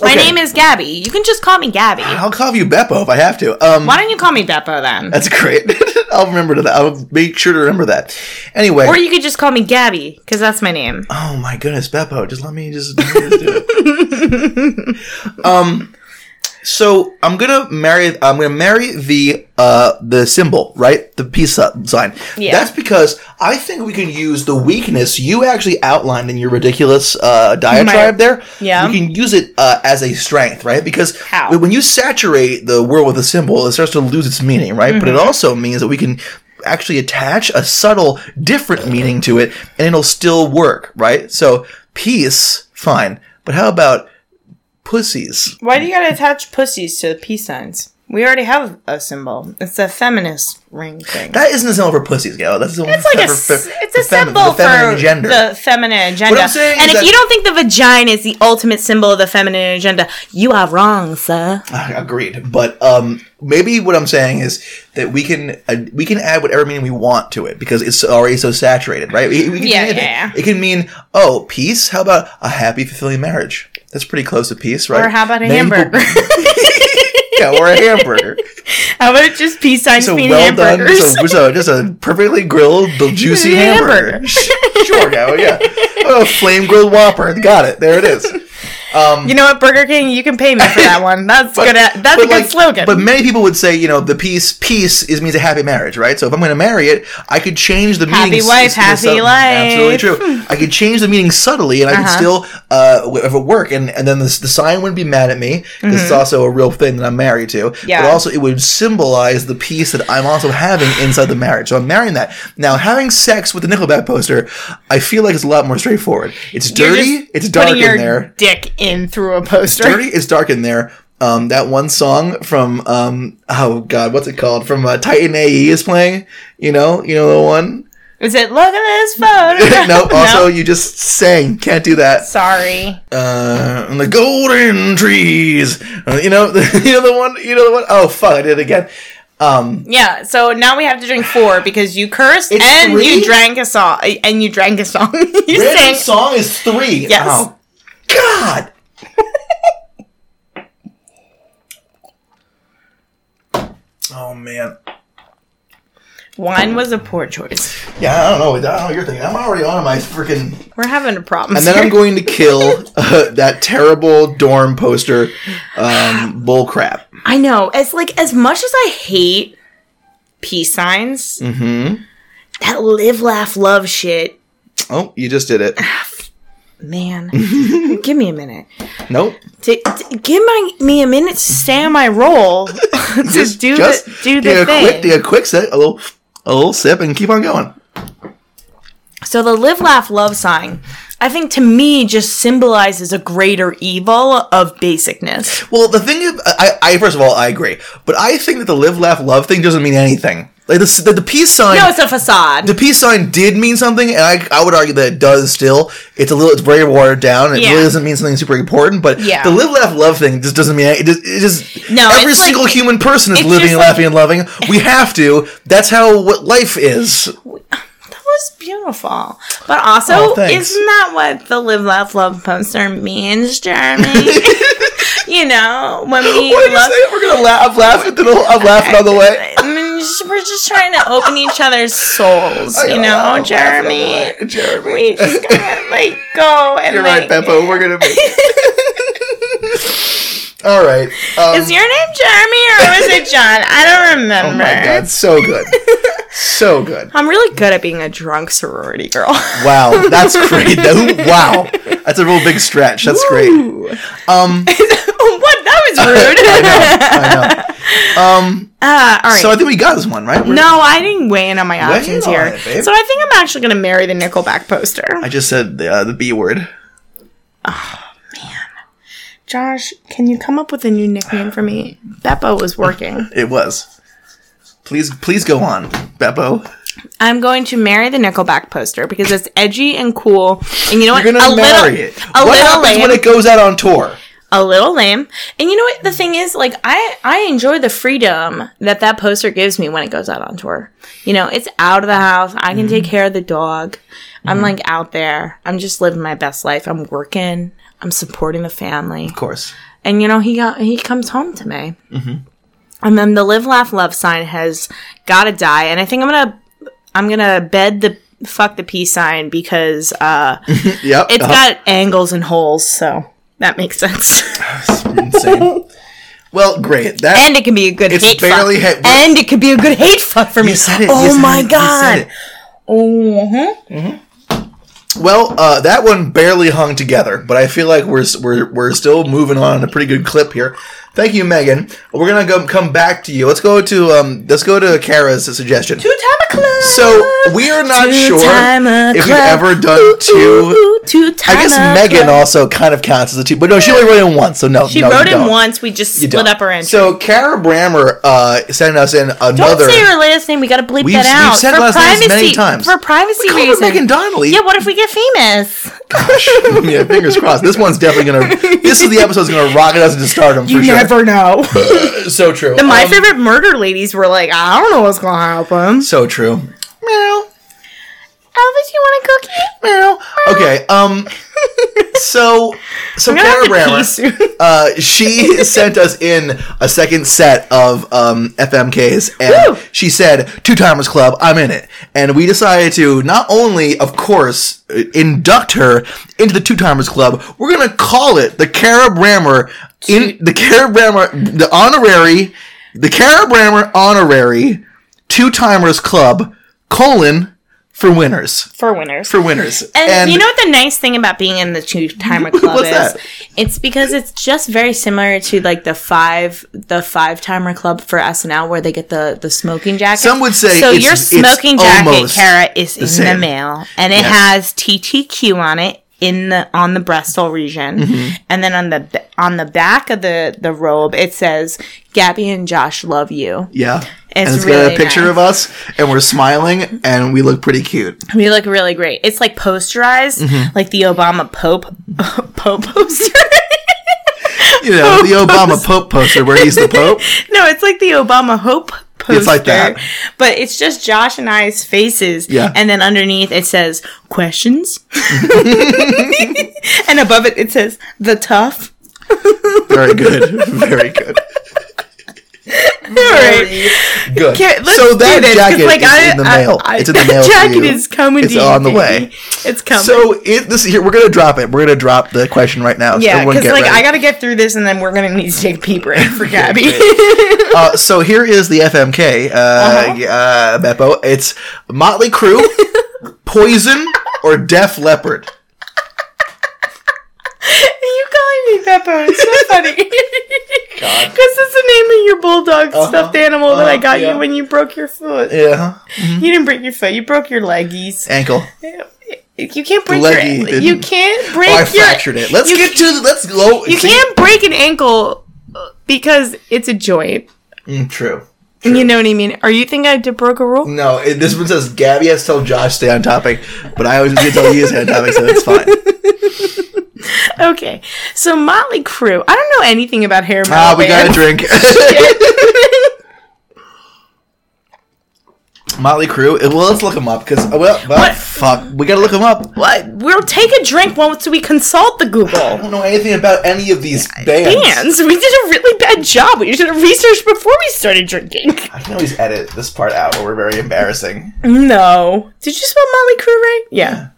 D: My
B: Okay.
D: name is Gabby. You can just call me Gabby.
B: I'll call you Beppo if I have to. Um,
D: Why don't you call me Beppo then?
B: That's great. I'll remember to that. I'll make sure to remember that. Anyway.
D: Or you could just call me Gabby because that's my name.
B: oh my goodness, Beppo, just let me just, let me just do it. um so I'm gonna marry I'm gonna marry the uh the symbol, right? The peace si- sign.
D: Yeah.
B: That's because I think we can use the weakness you actually outlined in your ridiculous uh diatribe there.
D: Yeah.
B: We can use it uh, as a strength, right? Because
D: How?
B: when you saturate the world with a symbol, it starts to lose its meaning, right? But it
D: Mm-hmm.
B: also means that we can actually attach a subtle, different meaning to it, and it'll still work, right? So peace, fine, but how about pussies?
D: Why do you gotta attach pussies to the peace signs? We already have a symbol. It's a feminist ring thing.
B: That isn't a symbol for pussies, Gal. That's a
D: it's like a s- it's a symbol for the feminine agenda.
B: What I'm saying
D: and
B: is
D: if
B: that-
D: you don't think the vagina is the ultimate symbol of the feminine agenda, you are wrong, sir.
B: Agreed, but um, maybe what I'm saying is that we can uh, we can add whatever meaning we want to it because it's already so saturated, right? We, we can
D: Yeah,
B: do anything.
D: yeah, yeah.
B: It can mean oh, peace. How about a happy, fulfilling marriage? That's pretty close to peace, right?
D: Or how about a
B: Many people-
D: hamburger?
B: yeah, or a hamburger.
D: How about just peace signs
B: So
D: being
B: well done.
D: hamburgers?
B: So, so just a perfectly grilled, juicy hamburger.
D: Hamburger.
B: sure, Gal. Yeah, oh, flame grilled Whopper. Got it. There it is.
D: you know what, Burger King, you can pay me for that one. That's good. That's a
B: but
D: good
B: like-
D: slogan.
B: But many people would say, you know, the peace peace is means a happy marriage, right? So if I'm going to marry it, I could change the
D: Happy
B: meaning. s-
D: wife,
B: s-
D: happy
B: sub-
D: life. Uh-huh.
B: Absolutely true. I could change the meaning subtly, and I could still uh, w- if it work, and and then the, s- the sign wouldn't be mad at me because it's also a real thing that I'm married to.
D: Mm-hmm. Yeah.
B: But also, it would symbolize the peace that I'm also having inside the marriage. So I'm marrying that now. Having sex with the Nickelback poster, I feel like it's a lot more straightforward. It's
D: You're
B: dirty.
D: just
B: it's dark
D: putting your
B: in there
D: Dick in through a poster.
B: dirty. It's dark in there. Um, that one song from um, oh god, what's it called? From uh, Titan AE is playing. You know, you know the one.
D: Is it? Look at this
B: no,
D: photo.
B: also you just sang. Can't do that.
D: Sorry.
B: Uh, and the golden trees. Uh, you know, you know the one. You know the one. Oh fuck, I did it again. Um,
D: Yeah, so now we have to drink four because you cursed
B: It's
D: and
B: three?
D: you drank a song and you drank a song. you
B: Random's
D: sang.
B: song is three.
D: Yes.
B: Oh god. oh man.
D: Wine was a poor choice.
B: Yeah, I don't know. I don't know what you're thinking. I'm already on my freaking.
D: We're having a problem.
B: And then I'm
D: here.
B: going to kill uh, that terrible dorm poster um, bull crap.
D: I know. As like as much as I hate peace signs,
B: Mm-hmm.
D: that live, laugh, love shit,
B: Oh, you just did it.
D: man. give me a minute.
B: Nope.
D: To, to- give my, me a minute to stay on my roll to do
B: just
D: the do the
B: take a
D: thing.
B: quick, take a quick sip, a little, a little sip, and keep on going.
D: So the live, laugh, love sign, I think to me just symbolizes a greater evil of basicness.
B: Well, the thing is, I, I first of all, I agree, but I think that the live, laugh, love thing doesn't mean anything. Like the s- the, the peace sign.
D: No, it's a facade.
B: the peace sign did mean something, and I, I would argue that it does still. It's a little, it's very watered down. and It
D: Yeah.
B: really doesn't mean something super important, but
D: Yeah.
B: the live, laugh, love thing just doesn't mean any- it. Just, it just
D: No,
B: every
D: it's like-
B: single human person is
D: it's
B: living
D: just
B: and
D: like-
B: laughing and loving. We have to. That's how what life is.
D: That was beautiful. But also,
B: Oh, thanks.
D: isn't that what the live, laugh, love poster means, Jeremy? you know, when we
B: What did you
D: love.
B: say? We're gonna laugh. I'm laughing. then I'll- I'm laughing on the way.
D: I mean, just- we're just trying to open each other's souls, you know,
B: I'm laughing on the
D: Jeremy.
B: way. Jeremy.
D: We just gotta like go and
B: You're right,
D: like.
B: Beppo. We're gonna be. All right. Um,
D: Is your name Jeremy or was it John? I don't
B: oh
D: remember.
B: my god, so good, so good.
D: I'm really good at being a drunk sorority girl.
B: Wow, that's great. Though. Wow, that's a real big stretch. That's great. Um,
D: what? That was rude.
B: I know. Um,
D: Ah, all right.
B: so I think we got this one, right? We're-
D: no, I didn't weigh in on my
B: in
D: options
B: on
D: here.
B: it, babe.
D: so I think I'm actually going to marry the Nickelback poster.
B: I just said the, uh, the B word.
D: Josh, can you come up with a new nickname for me? Beppo was working.
B: It was. Please, please go on, Beppo.
D: I'm going to marry the Nickelback poster because it's edgy and cool. And you know what?
B: You're gonna
D: a
B: marry
D: little,
B: it.
D: A
B: what
D: little
B: happens
D: lame.
B: when it goes out on tour?
D: a little lame. And you know what the thing is? Like I I enjoy the freedom that that poster gives me when it goes out on tour. You know, it's out of the house. I can take care of the dog. I'm like out there. I'm just living my best life. I'm working. I'm supporting the family.
B: Of course.
D: And you know, he got he comes home to me. And then the live laugh love sign has got to die. And I think I'm gonna I'm gonna bed the fuck the peace sign because uh,
B: Yep.
D: it's
B: Uh,
D: got angles and holes. So that makes sense.
B: insane. well, great. That
D: and it can be a good
B: It's
D: hate
B: barely
D: fuck.
B: hate-
D: and it could be a good hate fuck for me.
B: You said it.
D: Oh
B: You said
D: my
B: it. You said
D: god.
B: it.
D: Mhm.
B: Well, uh, that one barely hung together, but I feel like we're we're we're still moving on in a pretty good clip here. Thank you, Megan. We're gonna go come back to you. Let's go to um, let's go to Kara's suggestion.
D: Two time a club.
B: So we are not sure
D: Two-timer
B: if we've
D: club.
B: ever done
D: Ooh,
B: two.
D: ooh, ooh, two-timer
B: I guess Megan
D: club.
B: also kind of counts as a two, but no, she only wrote in once, so no.
D: She
B: no,
D: wrote
B: you
D: in
B: don't.
D: once. We just
B: You
D: split
B: don't.
D: up her entry.
B: So Kara Brammer uh, sent us in
D: Don't
B: another.
D: say her last name. We gotta bleep
B: We've-
D: that
B: we've
D: out
B: said
D: for
B: last names
D: privacy.
B: many times.
D: For privacy
B: Call her
D: reasons.
B: Megan Donnelly.
D: Yeah. What if we get famous?
B: yeah, fingers crossed. This one's definitely gonna. This is the episode's gonna rocket us into stardom for sure.
D: know.
B: So true.
D: And my
B: Um,
D: favorite murder ladies were like, I don't know what's gonna happen.
B: So true. Meow.
D: Elvis, you want a cookie?
B: Meow. Okay. Um. So, so
D: gonna
B: Kara
D: have to pee
B: Brammer,
D: soon.
B: uh, she sent us in a second set of um, FMKs, and
D: Woo!
B: she said, Two Timers Club, I'm in it. And we decided to not only, of course, uh, induct her into the Two Timers Club, we're going to call it the Kara Brammer, in, the Kara Brammer, the honorary, the Kara Brammer honorary Two Timers Club, colon, for winners.
D: For winners.
B: For winners.
D: And, you know what the nice thing about being in the two timer club
B: What's
D: is?
B: that?
D: It's because it's just very similar to like the five the five timer club for SNL where they get the the smoking jacket.
B: Some would say
D: so.
B: it's-
D: your
B: it's
D: smoking jacket,
B: almost
D: Kara, is in
B: same.
D: the mail, and it has TTQ on it in the on the breastal region,
B: Mm-hmm.
D: and then on the on the back of the the robe it says Gabby and Josh love you.
B: Yeah. and
D: It's
B: it's got a
D: really
B: picture
D: nice.
B: of us, and we're smiling, and we look pretty cute.
D: You look really great. It's like posterized,
B: Mm-hmm.
D: like the Obama Pope Pope poster.
B: You know, the Obama Pope poster where he's the Pope.
D: no, it's like the Obama Hope poster.
B: It's like that.
D: But it's just Josh and I's faces.
B: Yeah.
D: And then underneath it says questions. and above it it says the tough.
B: Very good. Very good.
D: All right.
B: Good.
D: Okay, let's
B: so that
D: do this, 'cause,
B: jacket
D: like,
B: is
D: I-
B: in the
D: I-
B: mail.
D: I-
B: it's in the
D: that
B: mail. for
D: jacket
B: you.
D: is coming
B: It's
D: to you,
B: on the
D: baby.
B: way.
D: It's coming.
B: So it, this here we're gonna drop it. We're gonna drop the question right now. So
D: yeah,
B: everyone
D: because
B: get
D: like
B: ready.
D: I gotta get through this and then we're gonna need to take a pee break for Gabby.
B: uh, so here is the FMK, uh,
D: Uh-huh.
B: uh Beppo. It's Motley Crue, Poison, or Def Leopard.
D: you calling me Chili Pepper. It's so funny. Because it's the name of your bulldog stuffed animal that I
B: uh-huh, Mm-hmm.
D: got
B: yeah.
D: you when you broke your foot.
B: Yeah.
D: You didn't break your foot. You broke your leggies.
B: Ankle.
D: You can't break your.
B: leggy didn't-
D: You can't break
B: Oh, I
D: your.
B: fractured it. Let's
D: you-
B: get to the. Let's go.
D: You
B: see-
D: can't break an ankle uh, because it's a joint.
B: Mm, true.
D: You know what I mean? Or you think I did broke a rule?
B: No, it, this one says Gabby has to tell Josh stay on topic, but I always get to tell you to stay on topic, so it's fine.
D: Okay. So Motley Crue. I don't know anything about hair metal.
B: Ah, we got a
D: bands.
B: drink. Motley Crue. Eh, Well, let's look them up because well, well,
D: What?
B: fuck, we gotta look them up.
D: What? We'll take a drink once we consult the
B: I
D: Google.
B: don't know anything about any of these bands.
D: Bands. We did a really bad job. We should have researched before we started drinking.
B: I can always edit this part out, where we're very embarrassing.
D: No. Did you spell Motley Crue right? Yeah.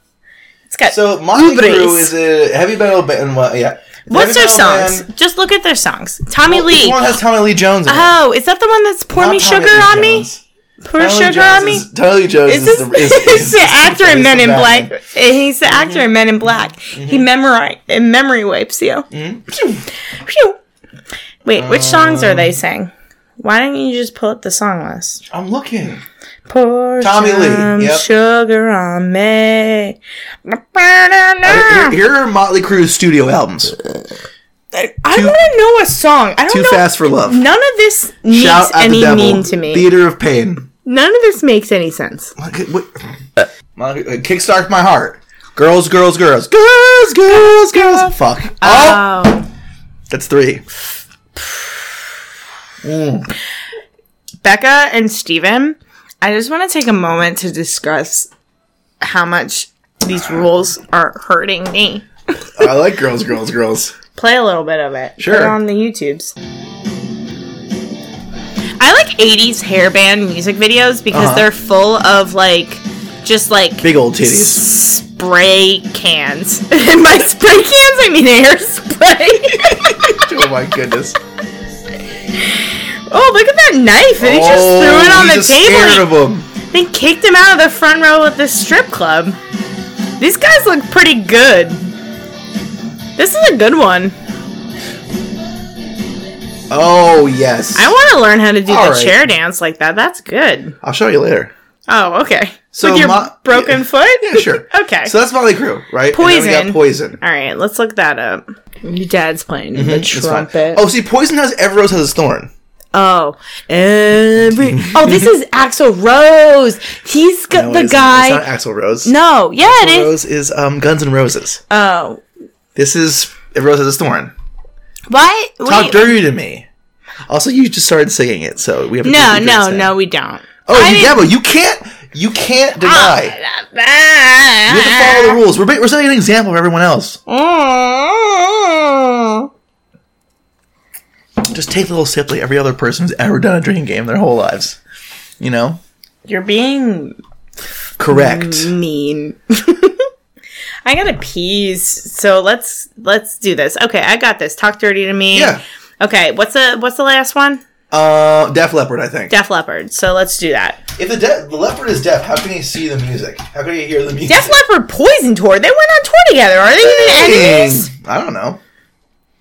D: It's got.
B: So Motley
D: Ubres.
B: Crue is a heavy metal band. Well, yeah.
D: What's their
B: Heavy metal
D: songs?
B: band-
D: Just look at their songs. Tommy
B: This
D: Lee.
B: one has Tommy Lee Jones. In it.
D: Oh, is that the one that's pour
B: Not
D: me
B: Tommy
D: sugar
B: Lee
D: on me?
B: Jones.
D: Pour
B: Tommy Lee
D: sugar
B: Jones
D: on me?
B: Is, Tommy Lee Jones
D: Is
B: is,
D: this
B: the, is,
D: it's
B: is,
D: the actor in
B: is
D: Men
B: the
D: in
B: Batman.
D: Black? He's the actor
B: Mm-hmm.
D: in Men in Black. He memori and memory wipes you.
B: Mm-hmm.
D: Phew. Phew. Wait, which songs are
B: Um,
D: they saying? Why don't you just pull up the song list?
B: I'm looking.
D: Pour
B: Tommy Lee,
D: some
B: yep.
D: sugar on me.
B: Here,
D: I
B: here are Motley Crue's studio albums.
D: want to know a song. I don't
B: Too
D: know.
B: Fast for Love.
D: None of this makes
B: Shout at the
D: any
B: devil.
D: mean to me.
B: Theater of Pain.
D: None of this makes any sense.
B: What, what, Motley- uh, kickstart my heart. Girls, girls, girls, girls, girls, girls. Fuck. Oh,
D: Oh.
B: that's three.
D: Becca and Steven, I just want to take a moment to discuss how much these rules are hurting me.
B: I like girls, girls, girls.
D: Play a little bit of it. Put
B: Sure.
D: it on the YouTubes. I like 80s hairband music videos because
B: Uh-huh.
D: they're full of like just like
B: Big old titties.
D: spray cans. and by spray cans I mean hair spray.
B: oh my goodness.
D: oh, look at that knife. And he just threw it on the table. He
B: Oh, Scared of them.
D: They kicked him out of the front row of the strip club. These guys look pretty good. This is a good one.
B: Oh yes.
D: I want to learn how to do
B: All
D: the
B: right.
D: chair dance like that. That's good.
B: I'll show you later.
D: Oh, okay.
B: So
D: With your
B: my-
D: broken foot?
B: Yeah, sure.
D: okay.
B: So that's Motley Crue, right? And then we
D: Poison.
B: got Poison.
D: All right, let's look that up. Your dad's playing the
B: It's Mm-hmm, fine.
D: trumpet.
B: Oh, see, Poison has Every Rose Has Its Thorn.
D: Oh, every. Oh, this is Axel Rose. He's got
B: No, it
D: the
B: isn't.
D: guy.
B: It's not Axl Rose.
D: no, yeah, it
B: Axl
D: is.
B: Rose is um, Guns N' Roses.
D: Oh,
B: This is Every Rose Has Its Thorn.
D: what?
B: Talk
D: Wait.
B: dirty to me. Also, you just started singing it, so we have to
D: No,
B: do
D: no,
B: this now.
D: no, we don't.
B: Oh,
D: I
B: you,
D: didn't- Ah.
B: yeah, but you can't. You can't deny. You have to follow the rules. We're, ba- we're setting an example for everyone else. Just take a little sip like every other person who's ever done a drinking game their whole lives. You know?
D: You're being
B: Correct.
D: Mm, mean. I gotta peas, so let's let's do this. Okay, I got this. Talk dirty to me.
B: Yeah.
D: Okay, what's the what's the last one?
B: Uh, Def Leopard, I think.
D: Def Leppard. So let's do that.
B: If the, de- the leopard is deaf, how can he see the music? How can he hear the music?
D: Def Leppard Poison Tour. They went on tour together. Are they even enemies?
B: I don't know.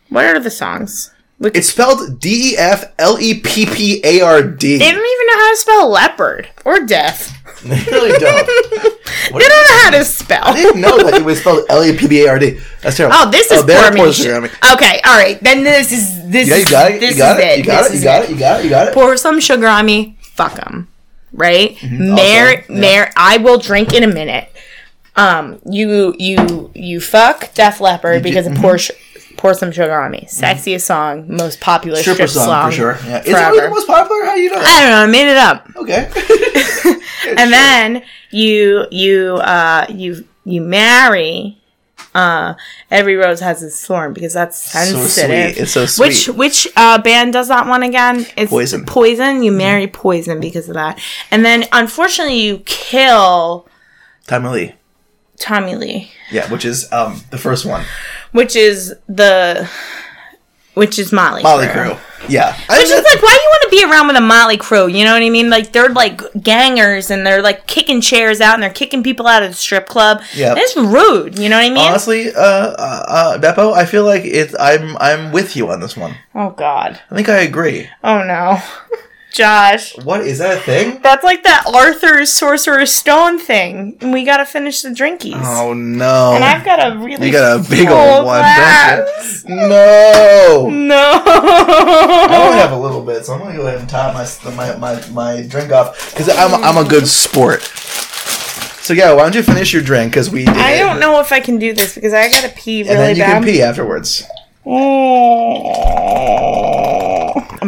D: What are the songs? We
B: It's spelled D E F L E P P A R D.
D: they don't even know how to spell leopard or death.
B: They really don't.
D: They don't know how to spell.
B: I didn't know that it was spelled L E P B A R D. That's terrible.
D: Oh, this is
B: better
D: poor me.
B: poison on me.
D: Okay, all right. Then this is this.
B: Yeah, you got it.
D: This
B: You got
D: is
B: it. You got
D: This
B: it. You
D: is
B: got it. You got it. You got it.
D: Pour some sugar on me. Fuck them. Right?
B: Mm-hmm.
D: Mar-
B: also, yeah.
D: mar- I will drink in a minute. Um, you you you fuck Def Leppard because of pour sh-
B: mm-hmm.
D: pour some sugar on me. Sexiest song, most popular
B: Stripper
D: strip song,
B: song for sure. Oh, Yeah. Is it really
D: forever. Uh,
B: the most popular? How do you know? That?
D: I don't know. I made it up.
B: Okay.
D: and then you you uh you you marry uh every rose has its thorn because that's
B: sweet.
D: sensitive
B: It's so sweet.
D: which which uh band does that one again it's
B: Poison.
D: poison you marry poison because of that and then unfortunately you kill
B: Tommy Lee.
D: tommy lee
B: Yeah, which is um the first one.
D: which is the which is molly
B: Molly
D: Crew.
B: Crew. Yeah.
D: which is like why you want to be around with a motley crew. You know what I mean? Like they're like gangers and they're like kicking chairs out and they're kicking people out of the strip club.
B: Yep.
D: it's rude. You know what I mean?
B: Honestly, uh, uh, uh, Beppo, I feel like it's I'm I'm with you on this one.
D: oh God.
B: I think I agree.
D: Oh no, Josh.
B: What is that a thing?
D: That's like that Arthur's Sorcerer's Stone thing, and we gotta finish the drinkies.
B: Oh no!
D: And I've got a really
B: you got a big
D: full
B: old one,
D: glass.
B: don't you? No. I only
D: No.
B: have a little bit, so I'm gonna go ahead and top my my, my, my drink off because I'm I'm a good sport. So yeah, why don't you finish your drink? Because we did.
D: I don't know if I can do this because I gotta pee really
B: And then you
D: bad.
B: can pee afterwards.
D: I'm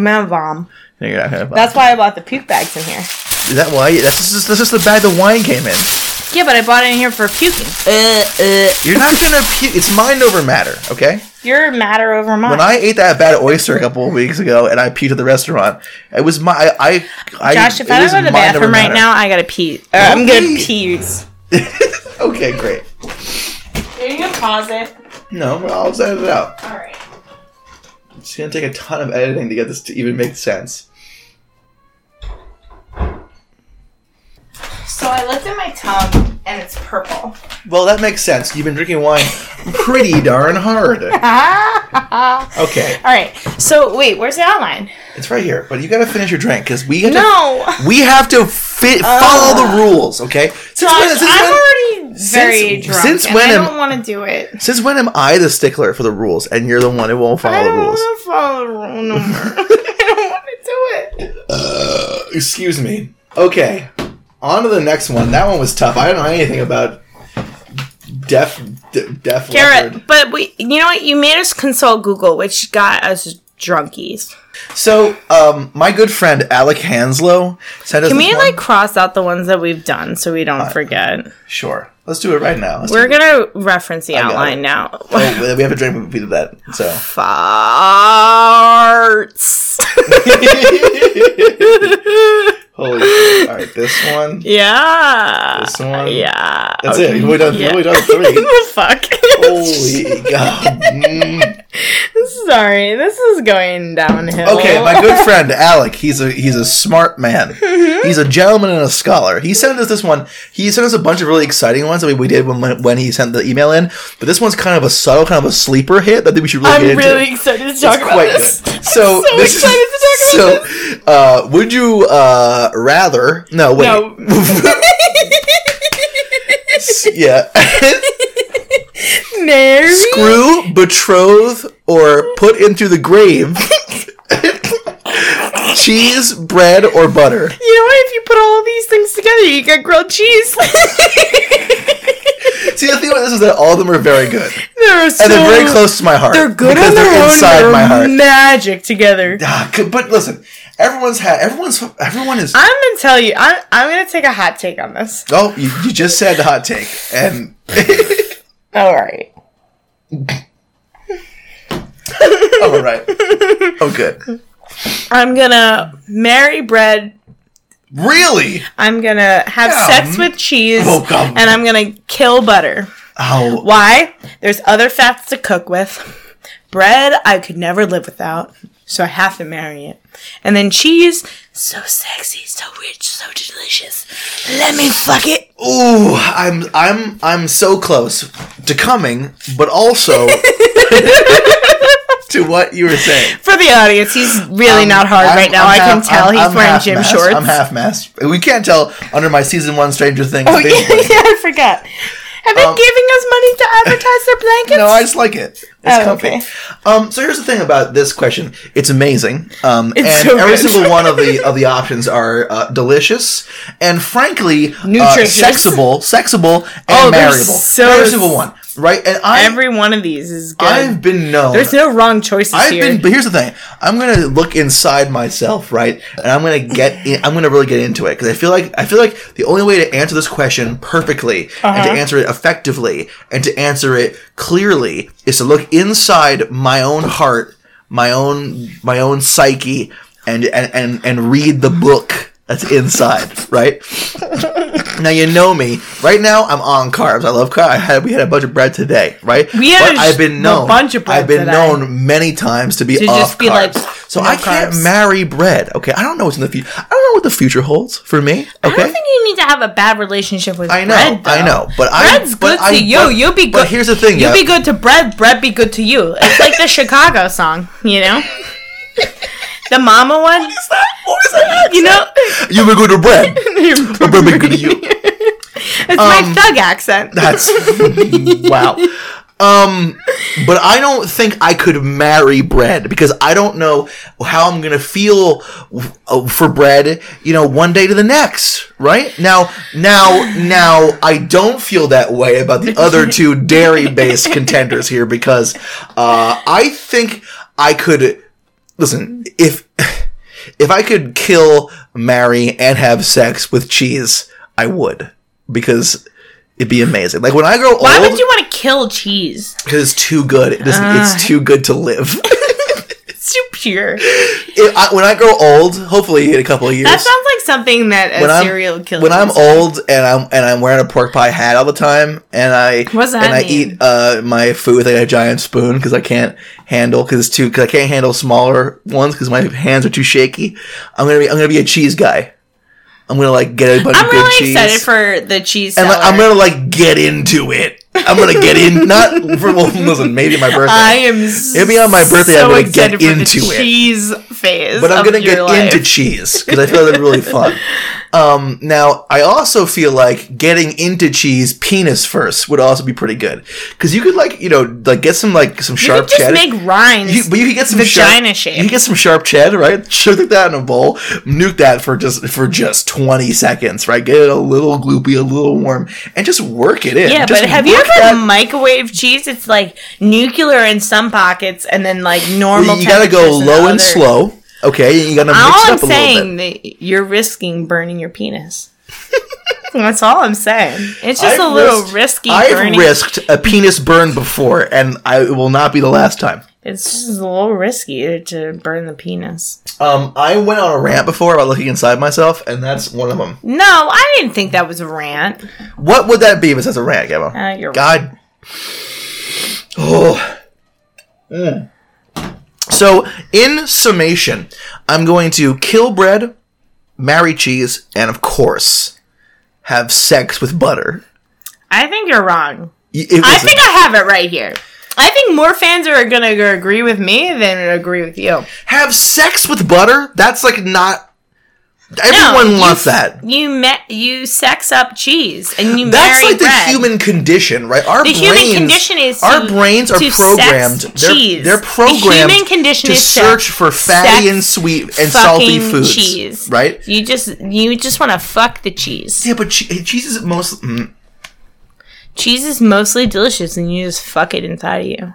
D: gonna vom.
B: No, you're not gonna-
D: That's why I bought the puke bags in here.
B: Is that why? That's just, that's just the bag the wine came in.
D: Yeah, but I bought it in here for puking. Uh, uh.
B: You're not gonna puke. It's mind over matter, okay?
D: You're matter over mine.
B: When I ate that bad oyster a couple of weeks ago and I puked at the restaurant, it was my I. I
D: Josh, if
B: it
D: I don't
B: was
D: go to the
B: mind over
D: bathroom right
B: matter.
D: now, I gotta pee. Uh, I'm
B: Don't
D: gonna
B: pee.
D: pee.
B: Okay, great.
D: Are you gonna pause it?
B: No, I'll edit it out.
D: All right.
B: It's gonna take a ton of editing to get this to even make sense.
D: So I looked at my tongue and it's purple.
B: Well, that makes sense. You've been drinking wine pretty darn hard. Okay,
D: All right. So wait, where's the outline?
B: it's right here, but you gotta finish your drink because we have
D: No. Oh.
B: to. We have to fit, follow the rules, okay? Since when- since when-
D: Josh, I'm already very drunk,
B: since
D: and
B: when
D: I
B: am-
D: don't want to do it.
B: Since when am I the stickler for the rules and you're the one who won't follow
D: I
B: the
D: don't
B: rules?
D: want to follow the rule no more. I don't want to do it.
B: Uh, Excuse me. Okay, on to the next one. That one was tough. I don't know anything about deaf, d- deaf leopard.
D: Garrett, but we, you know what? You made us consult Google, which got us drunkies.
B: So, um, my good friend Alec Hanslow sent us.
D: Can
B: this
D: we
B: one.
D: like cross out the ones that we've done so we don't forget?
B: Sure. Let's do it right now. Let's
D: We're
B: do it.
D: gonna reference the outline
B: it.
D: now.
B: Oh, we have a drink. but We did that. So
D: Oh, Farts.
B: holy. shit. All right, this one.
D: Yeah.
B: This one.
D: Yeah.
B: That's it. We've done,
D: Yeah.
B: we've done three.
D: the fuck?
B: holy god. Mm.
D: Sorry, this is going downhill.
B: Okay, my good friend Alec. He's a he's a smart man.
D: Mm-hmm.
B: He's a gentleman and a scholar. He sent us this one. He sent us a bunch of really exciting ones that we, we did when when he sent the email in. But this one's kind of a subtle, kind of a sleeper hit that I think we should really
D: I'm
B: get into.
D: really excited to talk
B: It's
D: about this.
B: good. So,
D: so
B: this
D: excited
B: is,
D: to talk about
B: so, Uh, would you uh, rather? No, wait.
D: No.
B: yeah.
D: Nary.
B: Screw, betroth, or put into the grave. Cheese, bread, or butter.
D: You know what? If you put all of these things together, you get grilled cheese.
B: See, the thing about this is that all of them are very good,
D: they're so
B: and they're very close to my heart.
D: They're good
B: because
D: on their
B: they're
D: own.
B: inside
D: they're
B: my heart.
D: Magic together.
B: Ah, good- but listen, everyone's had everyone's everyone is.
D: I'm gonna tell you. I'm I'm gonna take a hot take on this.
B: oh, you, you just said the hot take, and
D: All right.
B: oh, right. Oh, good.
D: I'm gonna marry bread.
B: Really?
D: I'm gonna have
B: Yeah.
D: sex with cheese,
B: Oh, God.
D: and I'm gonna kill butter.
B: Oh,
D: Why? There's other fats to cook with. Bread, I could never live without, so I have to marry it. And then cheese, so sexy, so rich, so delicious. Let me fuck it.
B: Ooh, I'm I'm I'm so close to coming, but also to what you were saying.
D: For the audience, he's really not hard
B: Um, I'm-
D: right now.
B: I'm
D: I can
B: half-
D: tell
B: I'm-
D: he's
B: I'm
D: wearing
B: half
D: gym
B: masked.
D: shorts.
B: I'm half masked. We can't tell under my season one Stranger Things.
D: oh, yeah,
B: basically.
D: yeah, I forgot. Have they giving us money to advertise their blankets?
B: Um, No, I just like it. It's
D: Oh,
B: comfy.
D: okay.
B: Um, so here's the thing about this question. It's amazing. Um,
D: It's
B: and
D: so
B: every
D: good.
B: single one of the of the options are uh, delicious and frankly uh,
D: Nutritious.
B: sexable, sexable, and
D: Oh, they're
B: marryable.
D: so
B: every single one, right? And I
D: Every one of these is good.
B: I've been known.
D: There's no wrong choices
B: I've
D: here.
B: been, but here's the thing. I'm gonna look inside myself, right? And I'm gonna get. In, I'm gonna really get into it because I feel like I feel like the only way to answer this question perfectly and
D: Uh-huh.
B: to answer it effectively and to answer it clearly is to look inside my own heart, my own my own psyche, and and and, and read the book That's inside, right? now you know me. Right now, I'm on carbs. I love carbs. I had, we had a bunch of bread today, right?
D: We had
B: but
D: a
B: I've
D: sh-
B: been
D: a
B: known.
D: bunch of bread
B: I've been
D: today.
B: known many times to be
D: To
B: off
D: just be like,
B: carbs. so
D: no
B: I can't
D: carbs.
B: marry bread. Okay, I don't know what's in the future. I don't know what the future holds for me.
D: I don't
B: Okay,
D: think you need to have a bad relationship with
B: I know,
D: bread. Though.
B: I know, but I-
D: bread's
B: but
D: good
B: I-
D: to you.
B: but-
D: you be good.
B: but here's the thing,
D: You
B: yeah.
D: be good to bread. Bread be good to you. It's like the Chicago song, you know. The mama one,
B: What is that?
D: you know,
B: You were good to bread. Or bread be good to you.
D: it's my
B: Um,
D: thug accent.
B: That's wow. Um, but I don't think I could marry bread because I don't know how I'm gonna feel w- uh, for bread. You know, one day to the next, right? Now, now, now, I don't feel that way about the other two dairy-based contenders here because uh, I think I could listen if if I could kill, marry, and have sex with cheese, I would because it'd be amazing. Like when I grow
D: Why
B: old,
D: would you want to kill cheese?
B: because it's too good. It is,
D: Ah.
B: it's too good to live.
D: It's too pure.
B: If I, when I grow old, hopefully in a couple of years.
D: That sounds like something that a
B: when I'm,
D: serial killer.
B: when I'm
D: is-
B: old and I'm and I'm wearing a pork pie hat all the time and I
D: What's that
B: and I
D: mean?
B: eat uh, my food with like a giant spoon because I can't handle because it's too because I can't handle smaller ones because my hands are too shaky. I'm gonna be I'm gonna be a cheese guy. I'm gonna like get a bunch
D: I'm
B: of good
D: really
B: cheese.
D: excited for the cheese.
B: and like, I'm
D: salad.
B: gonna like get into it. I'm gonna get in. Not for well, listen. Maybe my birthday.
D: I am. s-
B: It'll be on my birthday, I'm
D: So
B: gonna get
D: excited for
B: into
D: the
B: it.
D: cheese phase.
B: but I'm
D: of
B: gonna
D: your
B: get
D: life.
B: into cheese because I feel that's really fun. Um, now, I also feel like getting into cheese penis first would also be pretty good because you could like you know like get some like some
D: You
B: sharp
D: could just
B: cheddar.
D: make rinds.
B: You- but you could get some
D: vagina
B: sharp,
D: shape.
B: You could get some sharp cheddar, right? Sugar that in a bowl, nuke that for just for just twenty seconds, right? Get it a little gloopy, a little warm, and just work it in.
D: yeah,
B: Just
D: but have you
B: work
D: ever
B: that-
D: microwave cheese? It's like nuclear in some pockets, and then like normal.
B: You gotta go
D: temperatures in
B: low and
D: others.
B: slow. Okay, you gotta mix
D: All
B: it
D: I'm
B: up a little
D: saying
B: bit.
D: that you're risking burning your penis. That's all I'm saying. It's just a
B: I've
D: little
B: risked-
D: risky.
B: I've
D: burning.
B: risked a penis burn before, and I it will not be the last time.
D: It's just a little risky to burn the penis.
B: Um, I went on a rant before about looking inside myself, and that's one of them.
D: No, I didn't think that was a rant.
B: What would that be if it's just a rant, Gemma?
D: Uh, you're
B: God. Oh. Mm. So, in summation, I'm going to kill bread, marry cheese, and of course, have sex with butter.
D: I think you're wrong.
B: Y- it
D: I
B: was a-
D: think I have it right here. I think more fans are gonna agree with me than agree with you.
B: have sex with butter? That's like not. Everyone
D: you-
B: wants that.
D: You met you sex up cheese and you
B: That's
D: marry
B: like the
D: bread.
B: human condition, right? Our
D: The
B: brains,
D: human condition is
B: our
D: to-
B: brains are
D: to sex
B: programmed. they're,
D: cheese.
B: they're
D: The
B: programmed.
D: human condition
B: to
D: is to
B: search for fatty
D: sex
B: and sweet and salty
D: Fucking
B: foods,
D: cheese,
B: right?
D: You just you just want to fuck the cheese.
B: Yeah, but che- cheese is most. Mm,
D: Cheese is mostly delicious, and you just fuck it inside of you.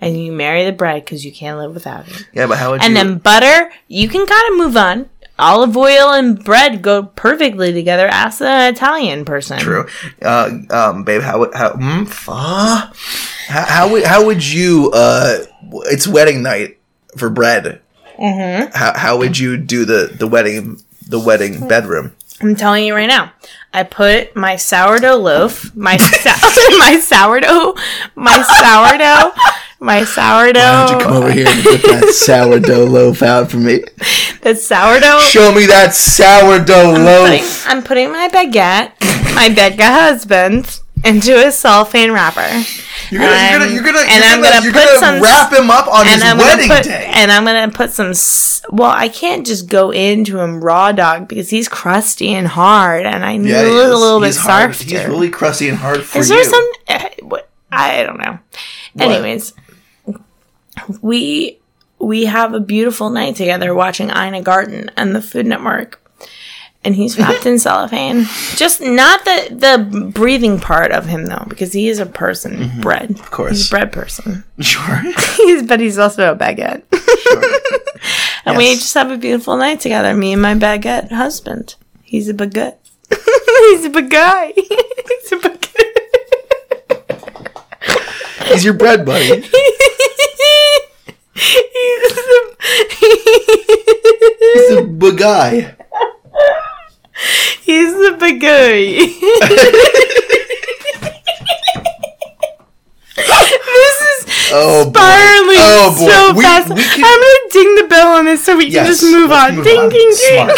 D: And you marry the bread because you can't live without it.
B: yeah, but how would
D: And
B: you?
D: then butter, you can kind of move on. Olive oil and bread go perfectly together. Ask an Italian person.
B: True. Uh, um, babe, how would how? Mm, fuck. How, how would how would you? Uh, w- it's wedding night for bread. Mm-hmm. How how would you do the the wedding the wedding bedroom?
D: I'm telling you right now. I put my sourdough loaf, my sou- my sourdough, my sourdough, my sourdough,
B: over here and get that sourdough loaf out for me?
D: the sourdough.
B: Show me that sourdough
D: Putting,
B: loaf.
D: I'm putting my baguette, my baguette husband, into a cellophane wrapper.
B: You're gonna, you're gonna, you're gonna, you're
D: And I'm
B: gonna,
D: gonna
B: you're
D: put
B: gonna
D: some-
B: wrap him up on his
D: and I'm
B: wedding
D: gonna put,
B: day.
D: And I'm gonna put some. s- Well, I can't just go into him raw dog because he's crusty and hard, and I need
B: Yeah,
D: a
B: he
D: little,
B: is.
D: little bit
B: He's hard.
D: sarfed.
B: He's really crusty and hard for
D: is
B: you.
D: there some? eh, what- I don't know. Anyways, we we have a beautiful night together watching Ina Garten and the Food Network. And he's wrapped in cellophane. Just not the the breathing part of him though, because he is a person,
B: Mm-hmm.
D: bread. Of
B: course.
D: he's a bread person.
B: sure.
D: He's, but he's also a baguette. and we
B: Yes.
D: just have a beautiful night together, me and my baguette husband. He's a baguette. he's a baguette. he's a baguette.
B: He's your bread buddy.
D: he's a,
B: He's a big guy.
D: a bagooey. this is
B: Oh, boy.
D: spiraling
B: Oh, boy.
D: so
B: We-
D: fast.
B: we can-
D: I'm gonna ding the bell on this so we can just move
B: let's
D: on. ding, ding, ding.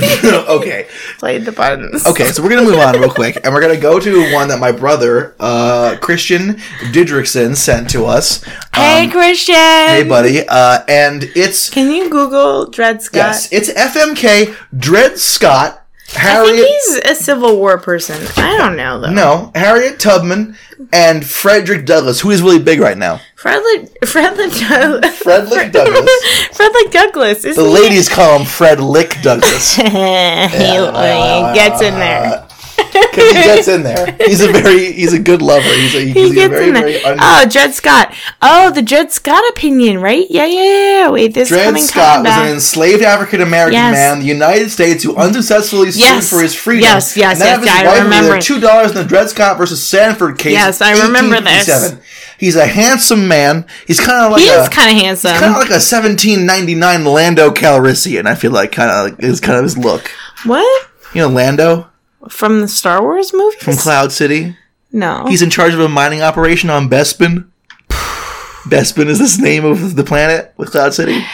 B: Smart. okay.
D: Played the buttons.
B: Okay, so we're gonna move on real quick, and we're gonna go to one that my brother, uh, Christian Didrikson, sent to us. Um,
D: Hey, Christian. Hey,
B: Hey, buddy, uh, and it's
D: Can you Google Dred Scott?
B: yes, it's FMK Dred Scott
D: I think
B: Harriet.
D: he's a Civil War person. I don't know though.
B: Oh, No, Harriet Tubman and Frederick Douglass, who is really big right now.
D: Frederick Frederick Douglas.
B: Frederick Douglass.
D: Frederick Douglass. Isn't
B: The ladies call him Fred Lick Douglass.
D: he, he gets in there.
B: Because he gets in there. He's a very, he's a good lover. He's a, he's
D: He
B: a
D: gets
B: very,
D: in there.
B: very un-
D: oh, Dred Scott. Oh, the Dred Scott opinion, right? Yeah, yeah, yeah. Wait, this is
B: Dred
D: coming
B: Scott
D: coming
B: was an
D: back.
B: enslaved African American
D: Yes.
B: man in the United States who unsuccessfully sued
D: Yes.
B: for his freedom.
D: Yes, yes,
B: and that
D: yes,
B: of his
D: yeah, I
B: wife was
D: remember
B: either
D: it.
B: Two dollars in the Dred Scott versus Sanford case.
D: Yes, I remember this.
B: 1857. He's a handsome man. He's kind of like
D: He
B: a,
D: is kind of handsome.
B: kind of like a 1799 Lando Calrissian. I feel like kind of like, is kind of his look.
D: what?
B: You know, Lando
D: From the Star Wars movies?
B: from Cloud City.
D: no.
B: He's in charge of a mining operation on Bespin. Bespin is this name of the planet with Cloud City.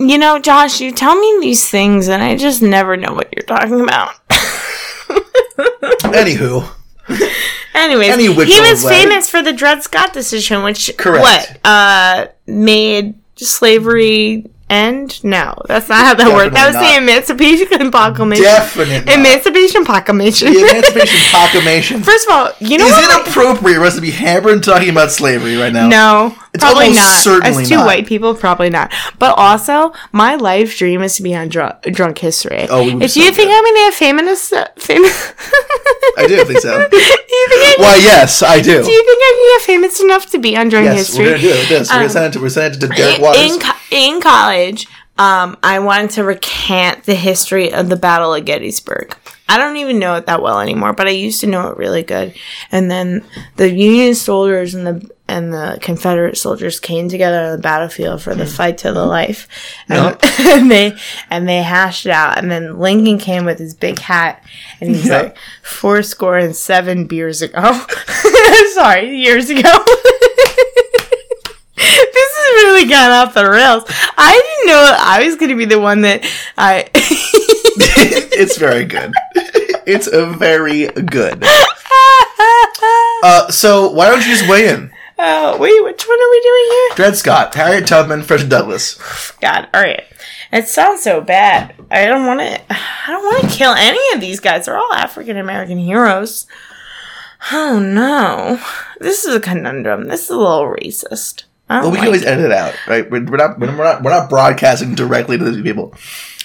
D: you know, Josh, you tell me these things and I just never know what you're talking about.
B: Anywho,
D: Anyways,
B: Any which
D: he
B: old
D: was
B: way.
D: famous for the Dred Scott decision, which
B: Correct.
D: what uh, made slavery end. No, that's not how that worked. That was
B: Definitely
D: the
B: not.
D: Emancipation Proclamation.
B: Definitely not.
D: Emancipation Proclamation.
B: the Emancipation Proclamation.
D: First of all, you know
B: Is
D: what?
B: it appropriate for us to be hammering talking about slavery right now?
D: no, probably
B: almost
D: not.
B: certainly
D: As two
B: not.
D: white people, probably not. But also, my life dream is to be on dr- Drunk History.
B: Oh, we would
D: if
B: be
D: you
B: so
D: think I'm gonna have famous, famous,
B: I do think so.
D: you think I'm
B: Why, yes, I do.
D: do you think I'm gonna get famous enough to be on Drunk
B: yes,
D: History? Um,
B: we're gonna do it with this. we're gonna send it to we're sending it to Derek Waters.
D: in, co- in college, um, I wanted to recant the history of the Battle of Gettysburg. I don't even know it that well anymore, but I used to know it really good. And then the Union soldiers and the and the Confederate soldiers came together on the battlefield for the
B: Hmm.
D: fight to the life, and, and they and they hashed it out. And then Lincoln came with his big hat, and he's
B: Yeah.
D: like four score and seven beers ago. Sorry, years ago. this has really gone off the rails. I didn't know I was going to be the one that I.
B: it's very good. it's a very good. Uh, so why don't you just weigh in?
D: oh, wait, which one are we doing here?
B: Dred Scott, Harriet Tubman, Frederick Douglass.
D: God, all right. It sounds so bad. I don't want to. I don't want to kill any of these guys. They're all African American heroes. Oh no, this is a conundrum. This is a little racist. I
B: Well,
D: don't
B: we can
D: like
B: always edit it out, right? We're, we're not we're not we're not broadcasting directly to these people.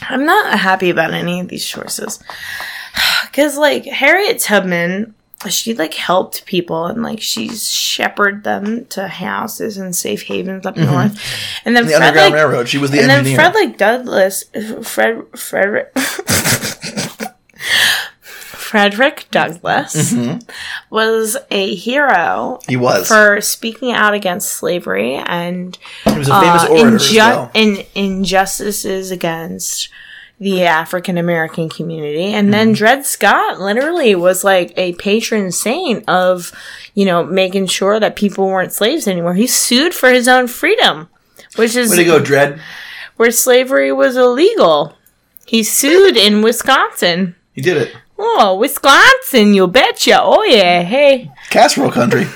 D: I'm not happy about any of these choices. Cause like Harriet Tubman, she like helped people and like she shepherded them to houses and safe havens up north. And then
B: Mm-hmm. The
D: Fred
B: Underground
D: like,
B: Railroad. She was the
D: and then
B: engineer.
D: Fred like Douglas Fred Frederick Frederick Douglass
B: Mm-hmm.
D: was a hero
B: he was.
D: for speaking out against slavery and
B: he was a famous
D: uh,
B: orator
D: inju-
B: as well.
D: in injustices against the African American community. And
B: Mm-hmm.
D: then Dred Scott literally was like a patron saint of, you know, making sure that people weren't slaves anymore. He sued for his own freedom, which is
B: Way to go, Dred.
D: where slavery was illegal. He sued in Wisconsin.
B: He did it.
D: Oh, Wisconsin, you betcha. Oh, yeah. Hey,
B: Casserole country.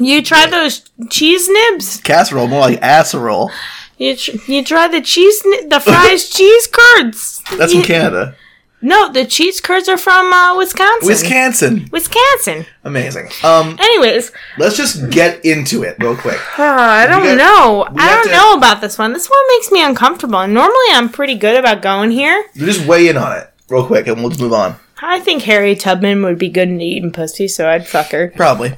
D: you try those cheese nibs?
B: Casserole, more like asserole.
D: You, tr- you try the cheese, ni- the fries cheese curds.
B: That's from Canada.
D: No, the cheese curds are from uh, Wisconsin.
B: Wisconsin.
D: Wisconsin.
B: Amazing. Um,
D: Anyways,
B: let's just get into it real quick.
D: uh, I don't
B: got-
D: know. I
B: have
D: don't
B: to-
D: know about this one. This one makes me uncomfortable. And normally, I'm pretty good about going here.
B: Just weigh in on it real quick, and we'll just move on.
D: I think Harry Tubman would be good at eating pussy, so I'd fuck her.
B: Probably.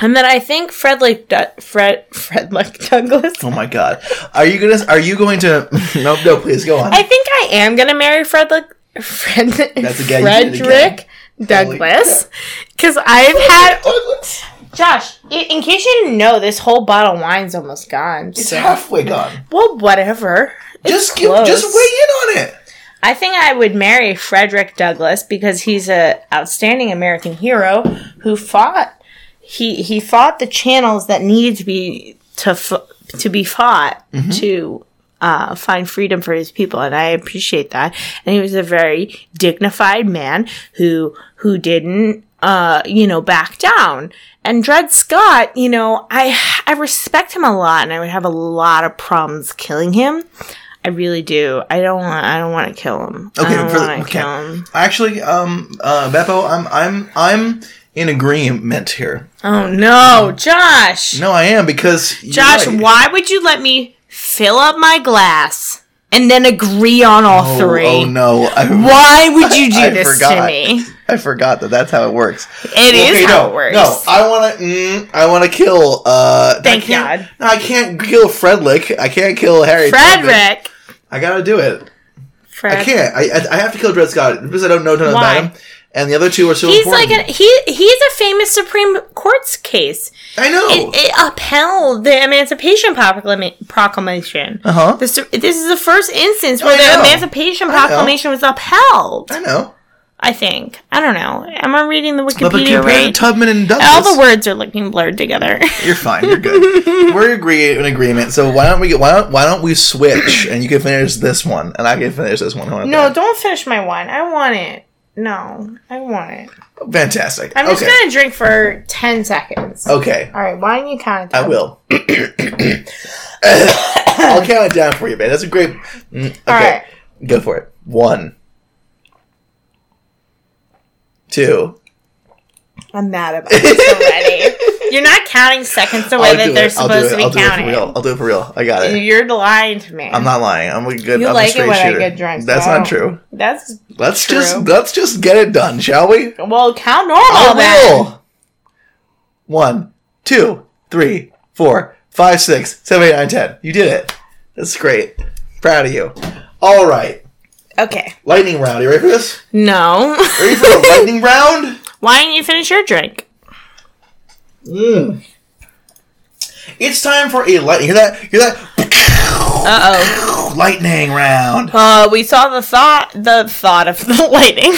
D: And then I think Frederick Du- Fred Frederick Douglass.
B: Oh my God. Are you gonna? Are you going to? No, no. Please go on.
D: I think I am gonna marry Frederick Fred,
B: a guy you did again.
D: Frederick Douglass because I've had oh,
B: Douglas.
D: Josh, i- in case you didn't know, this whole bottle of wine's almost gone.
B: It's
D: so-
B: halfway gone.
D: Well, whatever.
B: Just give.
D: close.
B: Just weigh in on it.
D: I think I would marry Frederick Douglass because he's a outstanding American hero who fought he he fought the channels that needed to be to f- to be fought
B: Mm-hmm.
D: to uh, find freedom for his people, and I appreciate that. And he was a very dignified man who who didn't uh, you know back down. And Dred Scott, you know, I I respect him a lot, and I would have a lot of problems killing him. I really do. I don't want. I don't want to kill him. I
B: Okay,
D: don't
B: for the-
D: want to
B: okay.
D: kill him.
B: Actually, um, uh, Beppo, I'm, I'm, I'm in agreement here.
D: Oh no, Josh!
B: No, I am because you're
D: Josh,
B: right.
D: why would you let me fill up my glass and then agree on all
B: Oh,
D: three?
B: Oh no! I,
D: Why would you do
B: I
D: this
B: forgot.
D: to me?
B: I forgot that that's how it works.
D: It is
B: Okay,
D: how
B: no,
D: it works.
B: No, I want to. Mm, I want to kill. Uh,
D: Thank
B: I can't-
D: God.
B: No, I can't kill Fredlick. I can't kill Harry. Tubman.
D: Frederick.
B: I gotta do it.
D: Fred.
B: I can't. I, I I have to kill Dred Scott because I don't know a ton
D: Why?
B: about him, and the other two are so
D: He's
B: important.
D: like an, he he's a famous Supreme Court's case.
B: I know.
D: It, it upheld the Emancipation Proclama- Proclamation.
B: Uh-huh.
D: This, this is the first instance where
B: I
D: the
B: know.
D: Emancipation
B: know.
D: Proclamation was upheld.
B: I know.
D: I think. I don't know. Am I reading the
B: But, but
D: Wikipedia
B: compared
D: right?
B: to Tubman and Douglas,
D: All the words are looking blurred together.
B: You're fine. You're good. We're agree- in agreement. So why don't we get why don't why don't we switch and you can finish this one and I can finish this one. I wanna
D: no,
B: finish.
D: don't finish my wine. I want it. No, I want it.
B: fantastic.
D: I'm just
B: okay.
D: gonna drink for ten seconds.
B: Okay, Uh,
D: All right, wine you count. it
B: I
D: down.
B: will. I'll count it down for you, man. That's a great. Mm, okay,
D: All right.
B: go for it. One, two.
D: I'm mad about this already. You're not counting seconds the way
B: I'll
D: that
B: do
D: they're
B: it. I'll do
D: supposed
B: it.
D: to be
B: I'll do it for
D: counting.
B: real. I'll do it for real. I got it.
D: You're lying to me.
B: I'm not lying. I'm a good.
D: You
B: I'm a
D: like it
B: straight
D: when
B: shooter.
D: I get drunk. so
B: That's
D: I
B: not
D: don't-
B: true.
D: That's
B: Let's
D: true.
B: just let's just get it done, shall we?
D: well count
B: I
D: normal then.
B: will. One, two, three, four, five, six, seven, eight, nine, ten. You did it. That's great. Proud of you. All right,
D: Okay.
B: lightning round. You ready for this?
D: No.
B: Ready for a lightning round?
D: Why didn't you finish your drink?
B: It's time for a lightning. Hear that? Hear that?
D: Uh oh.
B: lightning round.
D: Uh, we saw the thought, the thought of the lightning,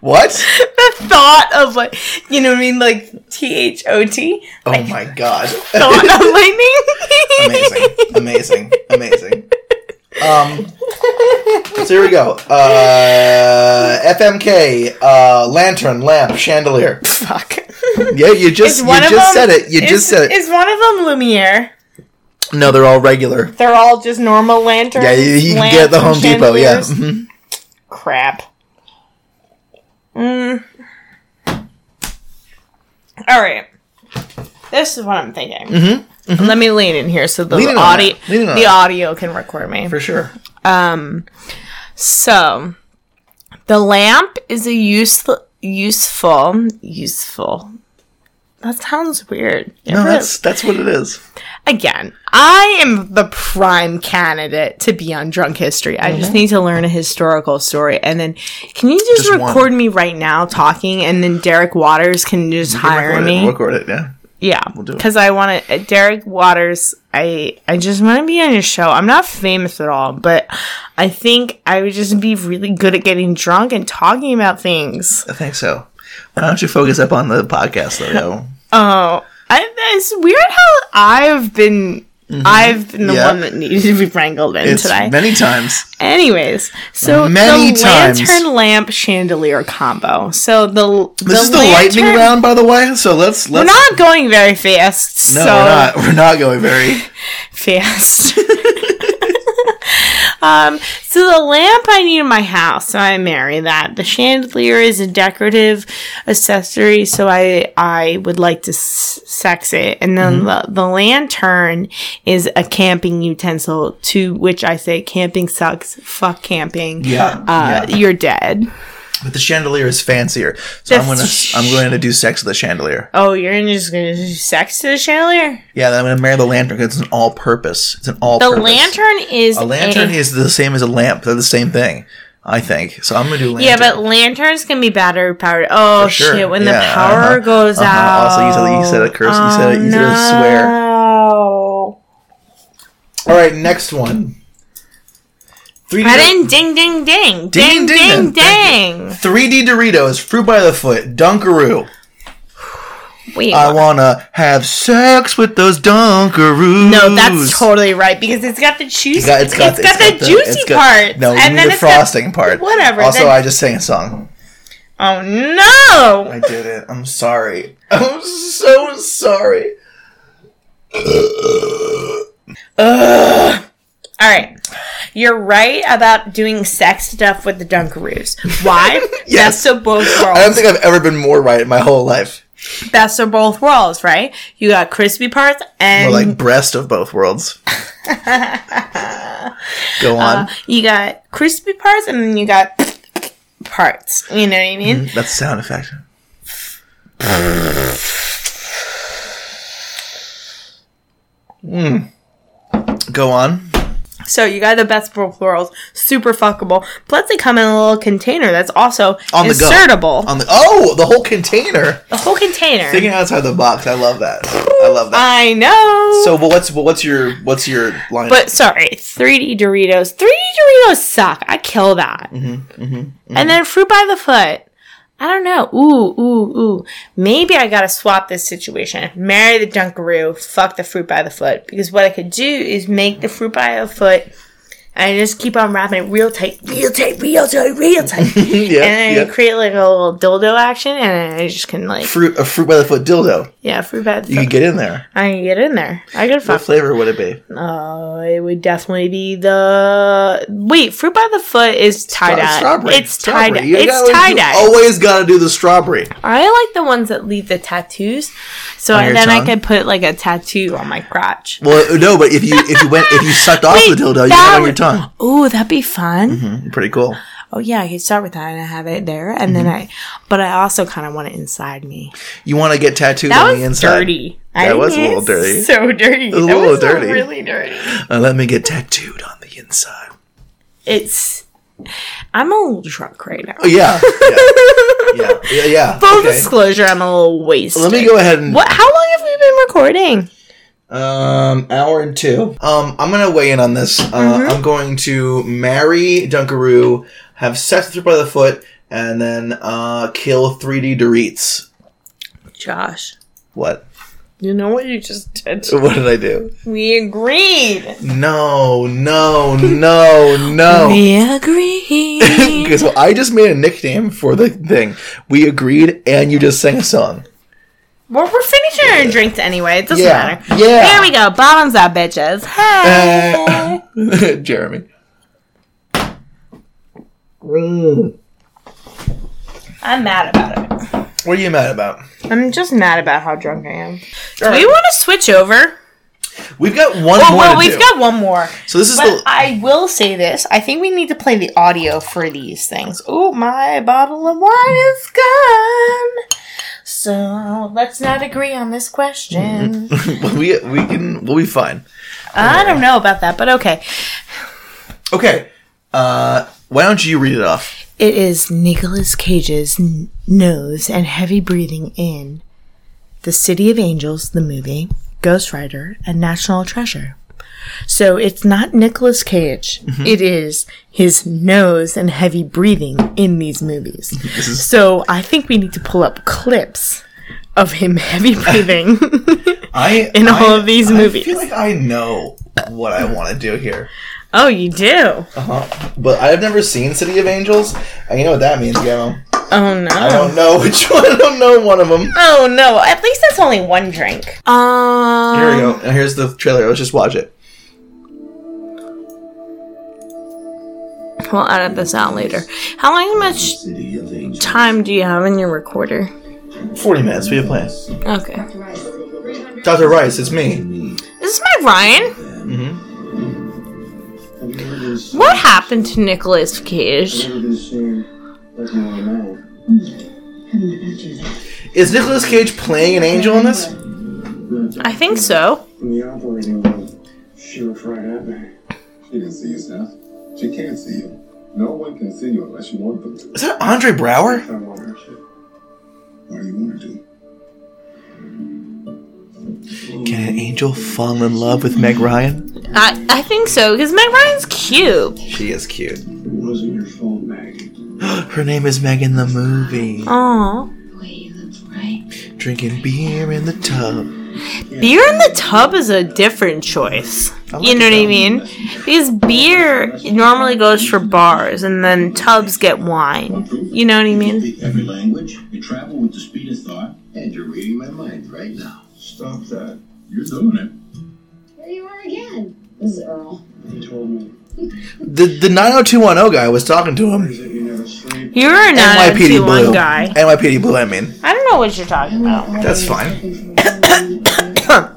B: What?
D: the thought of like, you know what I mean, like T H O T,
B: Oh my god.
D: thought of lightning.
B: amazing, amazing, amazing. Um, so here we go. Uh, FMK, uh, lantern, lamp, chandelier.
D: Fuck.
B: Yeah, you just
D: Is
B: you
D: one of
B: just
D: them-
B: said it. You
D: is,
B: just said it.
D: Is one of them Lumiere?
B: no, they're all regular.
D: They're all just normal lanterns.
B: Yeah, you, you can get at the Home
D: lamps,
B: Depot. Yeah.
D: chandeliers?
B: mhm.
D: Crap. Mm. All right. This is what I'm thinking. Mm-hmm. Let me lean in here so the
B: Lean in on
D: audio,
B: that. Lean in on
D: the
B: that.
D: audio can record me.
B: for sure.
D: So, the lamp is a useful, useful, useful. That sounds weird.
B: No, that's that's what it is.
D: Again, I am the prime candidate to be on Drunk History. I
B: Mhm.
D: just need to learn a historical story, and then can you just,
B: Just one.
D: record me right now talking, and then Derek Waters can just hire
B: Record
D: me?
B: it. Record it. Yeah.
D: Yeah,
B: do it.
D: because I want to. Derek Waters, I I just want to be on your show. I'm not famous at all, but I think I would just be really good at getting drunk and talking about things.
B: I think so. Why don't you focus up on the podcast though? Yo?
D: Oh, I, it's weird how I've been. I've been the
B: Mm-hmm. Yeah.
D: one that needed to be wrangled in
B: It's
D: today.
B: many times.
D: Anyways, so
B: Many
D: the
B: times.
D: lantern lamp chandelier combo. So the
B: This is the lightning round, by the way. So let's
D: We're
B: let's.
D: not going very fast.
B: no,
D: so
B: we're not. We're not going very.
D: fast. um, so the lamp I need in my house, so I marry that. The chandelier is a decorative accessory, so I I would like to s- sex it. And then
B: Mm-hmm.
D: the, the lantern is a camping utensil to which I say camping sucks. Fuck camping.
B: Yeah,
D: Uh,
B: yeah.
D: You're dead.
B: But the chandelier is fancier, so I'm gonna
D: That's-
B: I'm going to do sex with the chandelier.
D: Oh, you're just gonna do sex to the chandelier?
B: Yeah, then I'm gonna marry the lantern because it's an all-purpose. It's an all.
D: The lantern is
B: A lantern is the same as a lamp. They're the same thing, I think. So I'm gonna do lantern.
D: Yeah, but lanterns can be battery powered. Oh
B: For sure.
D: shit! When the
B: Yeah,
D: power
B: uh-huh,
D: goes
B: uh-huh.
D: out.
B: Also,
D: Oh,
B: you said- you said a curse, you said- you said a swear.
D: no.
B: all right, next one. 3D
D: I didn't ding ding ding
B: Ding, ding,
D: ding
B: ding.
D: ding
B: Thank
D: ding.
B: 3D Doritos, fruit by the foot, Dunkaroo.
D: Wait,
B: I wanna have sex with those Dunkaroos.
D: no, that's totally right because it's got the juicy.
B: Yeah,
D: it's got, the, juicy
B: it's got-
D: part.
B: No, you need the
D: it's got-
B: frosting part.
D: Whatever.
B: Also,
D: then-
B: I just sang a song.
D: oh no!
B: I did it. I'm sorry. I'm so sorry.
D: All right. You're right about doing sex stuff with the Dunkaroos. Why?
B: Yes. Um,
D: Best of both worlds.
B: I don't think I've ever been more right in my whole life.
D: Best of both worlds, right? You got crispy parts
B: Or
D: and
C: Mm-hmm.
B: like breast of both worlds. Go on.
C: Uh,
D: you got crispy parts and then you got parts. You know what I mean?
B: That's sound effect. Mm. Go on.
D: So you got the best of both worlds. Super fuckable. Plus they come in a little container that's also
B: On the go.
D: insertable.
B: On the oh, the whole container.
D: the whole container.
B: Thinking outside the box. I love that. I love that.
D: I know.
B: So, but what's but what's your what's your line?
D: But sorry, 3D Doritos. 3D Doritos suck. I kill that.
B: Mm-hmm,
D: And then fruit by the foot. I don't know. Ooh, ooh, ooh. Maybe I gotta swap this situation. Marry the Dunkaroo. Fuck the fruit by the foot. Because what I could do is make the fruit by the foot, and just keep on wrapping it real tight, real tight, real tight, real tight, and
B: yeah,
D: then
B: yeah.
D: create like a little dildo action, and I just can like,
B: fruit a fruit by the foot dildo.
D: yeah, fruit by the
B: You could
D: foot.
B: get in there.
D: I can get in there. I could
C: Uh,
D: fuck
B: What flavor would it be?
D: Oh, it would definitely be the wait. Fruit by the foot is tie dye.
B: Oh, Strawberry.
D: It's tie
B: Strawberry.
D: dye.
B: You
D: It's
B: gotta-
D: tie
B: you
D: dye.
B: Always got to do the strawberry.
D: I like the ones that leave the tattoos, so
B: your
D: then I
B: tongue?
D: could put like a tattoo on my crotch.
B: Well, no, but if you if you went if you sucked off
D: Wait,
B: the dildo, you
D: that
B: had it on your
D: would-
B: tongue.
D: Oh, that'd be fun.
B: Pretty cool.
D: Oh yeah, I could start with that and I have it there,
B: Mm-hmm.
D: and then I. But I also kind of want it inside me.
B: You want to get tattooed
D: That
B: on the
D: was
B: inside.
D: dirty.
B: That was a
D: think
B: little
D: it's
B: dirty.
D: So dirty. It
B: was a little dirty.
D: Really dirty.
B: Uh, let me get tattooed on the inside.
D: It's. I'm a little drunk right now.
B: Oh, Yeah. Yeah. yeah. Yeah. yeah.
D: Full
B: Okay.
D: disclosure, I'm a little wasted.
B: Let me go ahead and
D: What? How long have we been recording?
B: um hour and two. Um, I'm gonna weigh in on this. Uh,
D: Mm-hmm.
B: I'm going to marry Dunkaroo, have sex with her by the foot, and then uh kill 3D Doreets.
D: Josh,
B: What?
D: you know what you just did.
B: What did I do?
D: We agreed.
B: No, no, no, no.
D: We agreed.
B: Okay, so I just made a nickname for the thing. We agreed, and you just sang a song.
D: well, we're finishing our drinks anyway. It doesn't
B: Yeah,
D: matter.
B: yeah.
D: Here we go. Bottoms up, bitches. Hey.
B: Uh, Jeremy. What
D: I'm mad about it.
B: are you mad about?
D: I'm just mad about how drunk I am. Do
B: Alright.
D: we want to switch over?
B: We've got one
D: Oh,
B: more
D: well,
B: to
D: we've
B: do.
D: got one more.
B: so this is
D: But
B: the
D: I will say this. I think we need to play the audio for these things. Oh, my bottle of wine is gone. So let's not agree on this question.
B: we we can we'll be fine.
D: I don't know about that, but okay.
B: Okay. Uh, why don't you read it off?
D: It is Nicolas Cage's n- nose and heavy breathing in The City of Angels, the movie, Ghost Rider, and National Treasure. So it's not Nicolas Cage.
B: Mm-hmm.
D: It is his nose and heavy breathing in these movies. so I think we need to pull up clips of him heavy breathing.
B: I
D: In
B: I-
D: all of these movies.
B: I feel like I know what I want to do here,
D: oh, you do?
B: uh-huh. but I've never seen City of Angels. And you know what that means, Gamma.
D: Oh
B: I
D: no.
B: don't know which one. I don't know one of them.
D: Oh no. At least that's only one drink. Um
B: Here we go. And here's the trailer. Let's just watch it.
D: We'll edit this out later. How long, much time do you have in your recorder?
B: 40 minutes. We have plans.
D: Okay.
B: Dr. Rice, it's me.
D: Is this my Ryan? What happened to Nicolas Cage? Hmm.
B: Is Nicolas Cage playing an angel in this?
D: I think so.
E: In the operating room, she looked right at me.
F: She can see you, Seth. She can't see you. No one can see you unless you want them to.
B: Is that Andre Brower?
E: I wanted to.
F: What do you want to do?
B: Can an angel fall in love with Meg Ryan?
D: I, I think so, because Meg Ryan's cute.
B: She is cute.
E: It wasn't your fault, Maggie.
B: Her name is Megan the movie.
D: Aw.
G: Wait, that's right.
B: Drinking beer in the tub.
D: Beer in the tub is a different choice.
B: I like
D: you know what I
B: that.
D: mean? Because beer normally goes for bars, and then tubs get wine. You know what I mean?
H: Speak every language, you travel with the speed of thought, and you're reading my mind right now.
E: Stop that.
H: You're doing it.
G: Here you are again. This is Earl.
E: You told me.
B: The the 90210 guy was talking to him.
E: Is it you never sleep?
D: You're a
B: NYPD Blue.
D: 90210 guy.
B: NYPD Blue, I mean.
D: I don't know what you're talking about.
B: That's fine. Are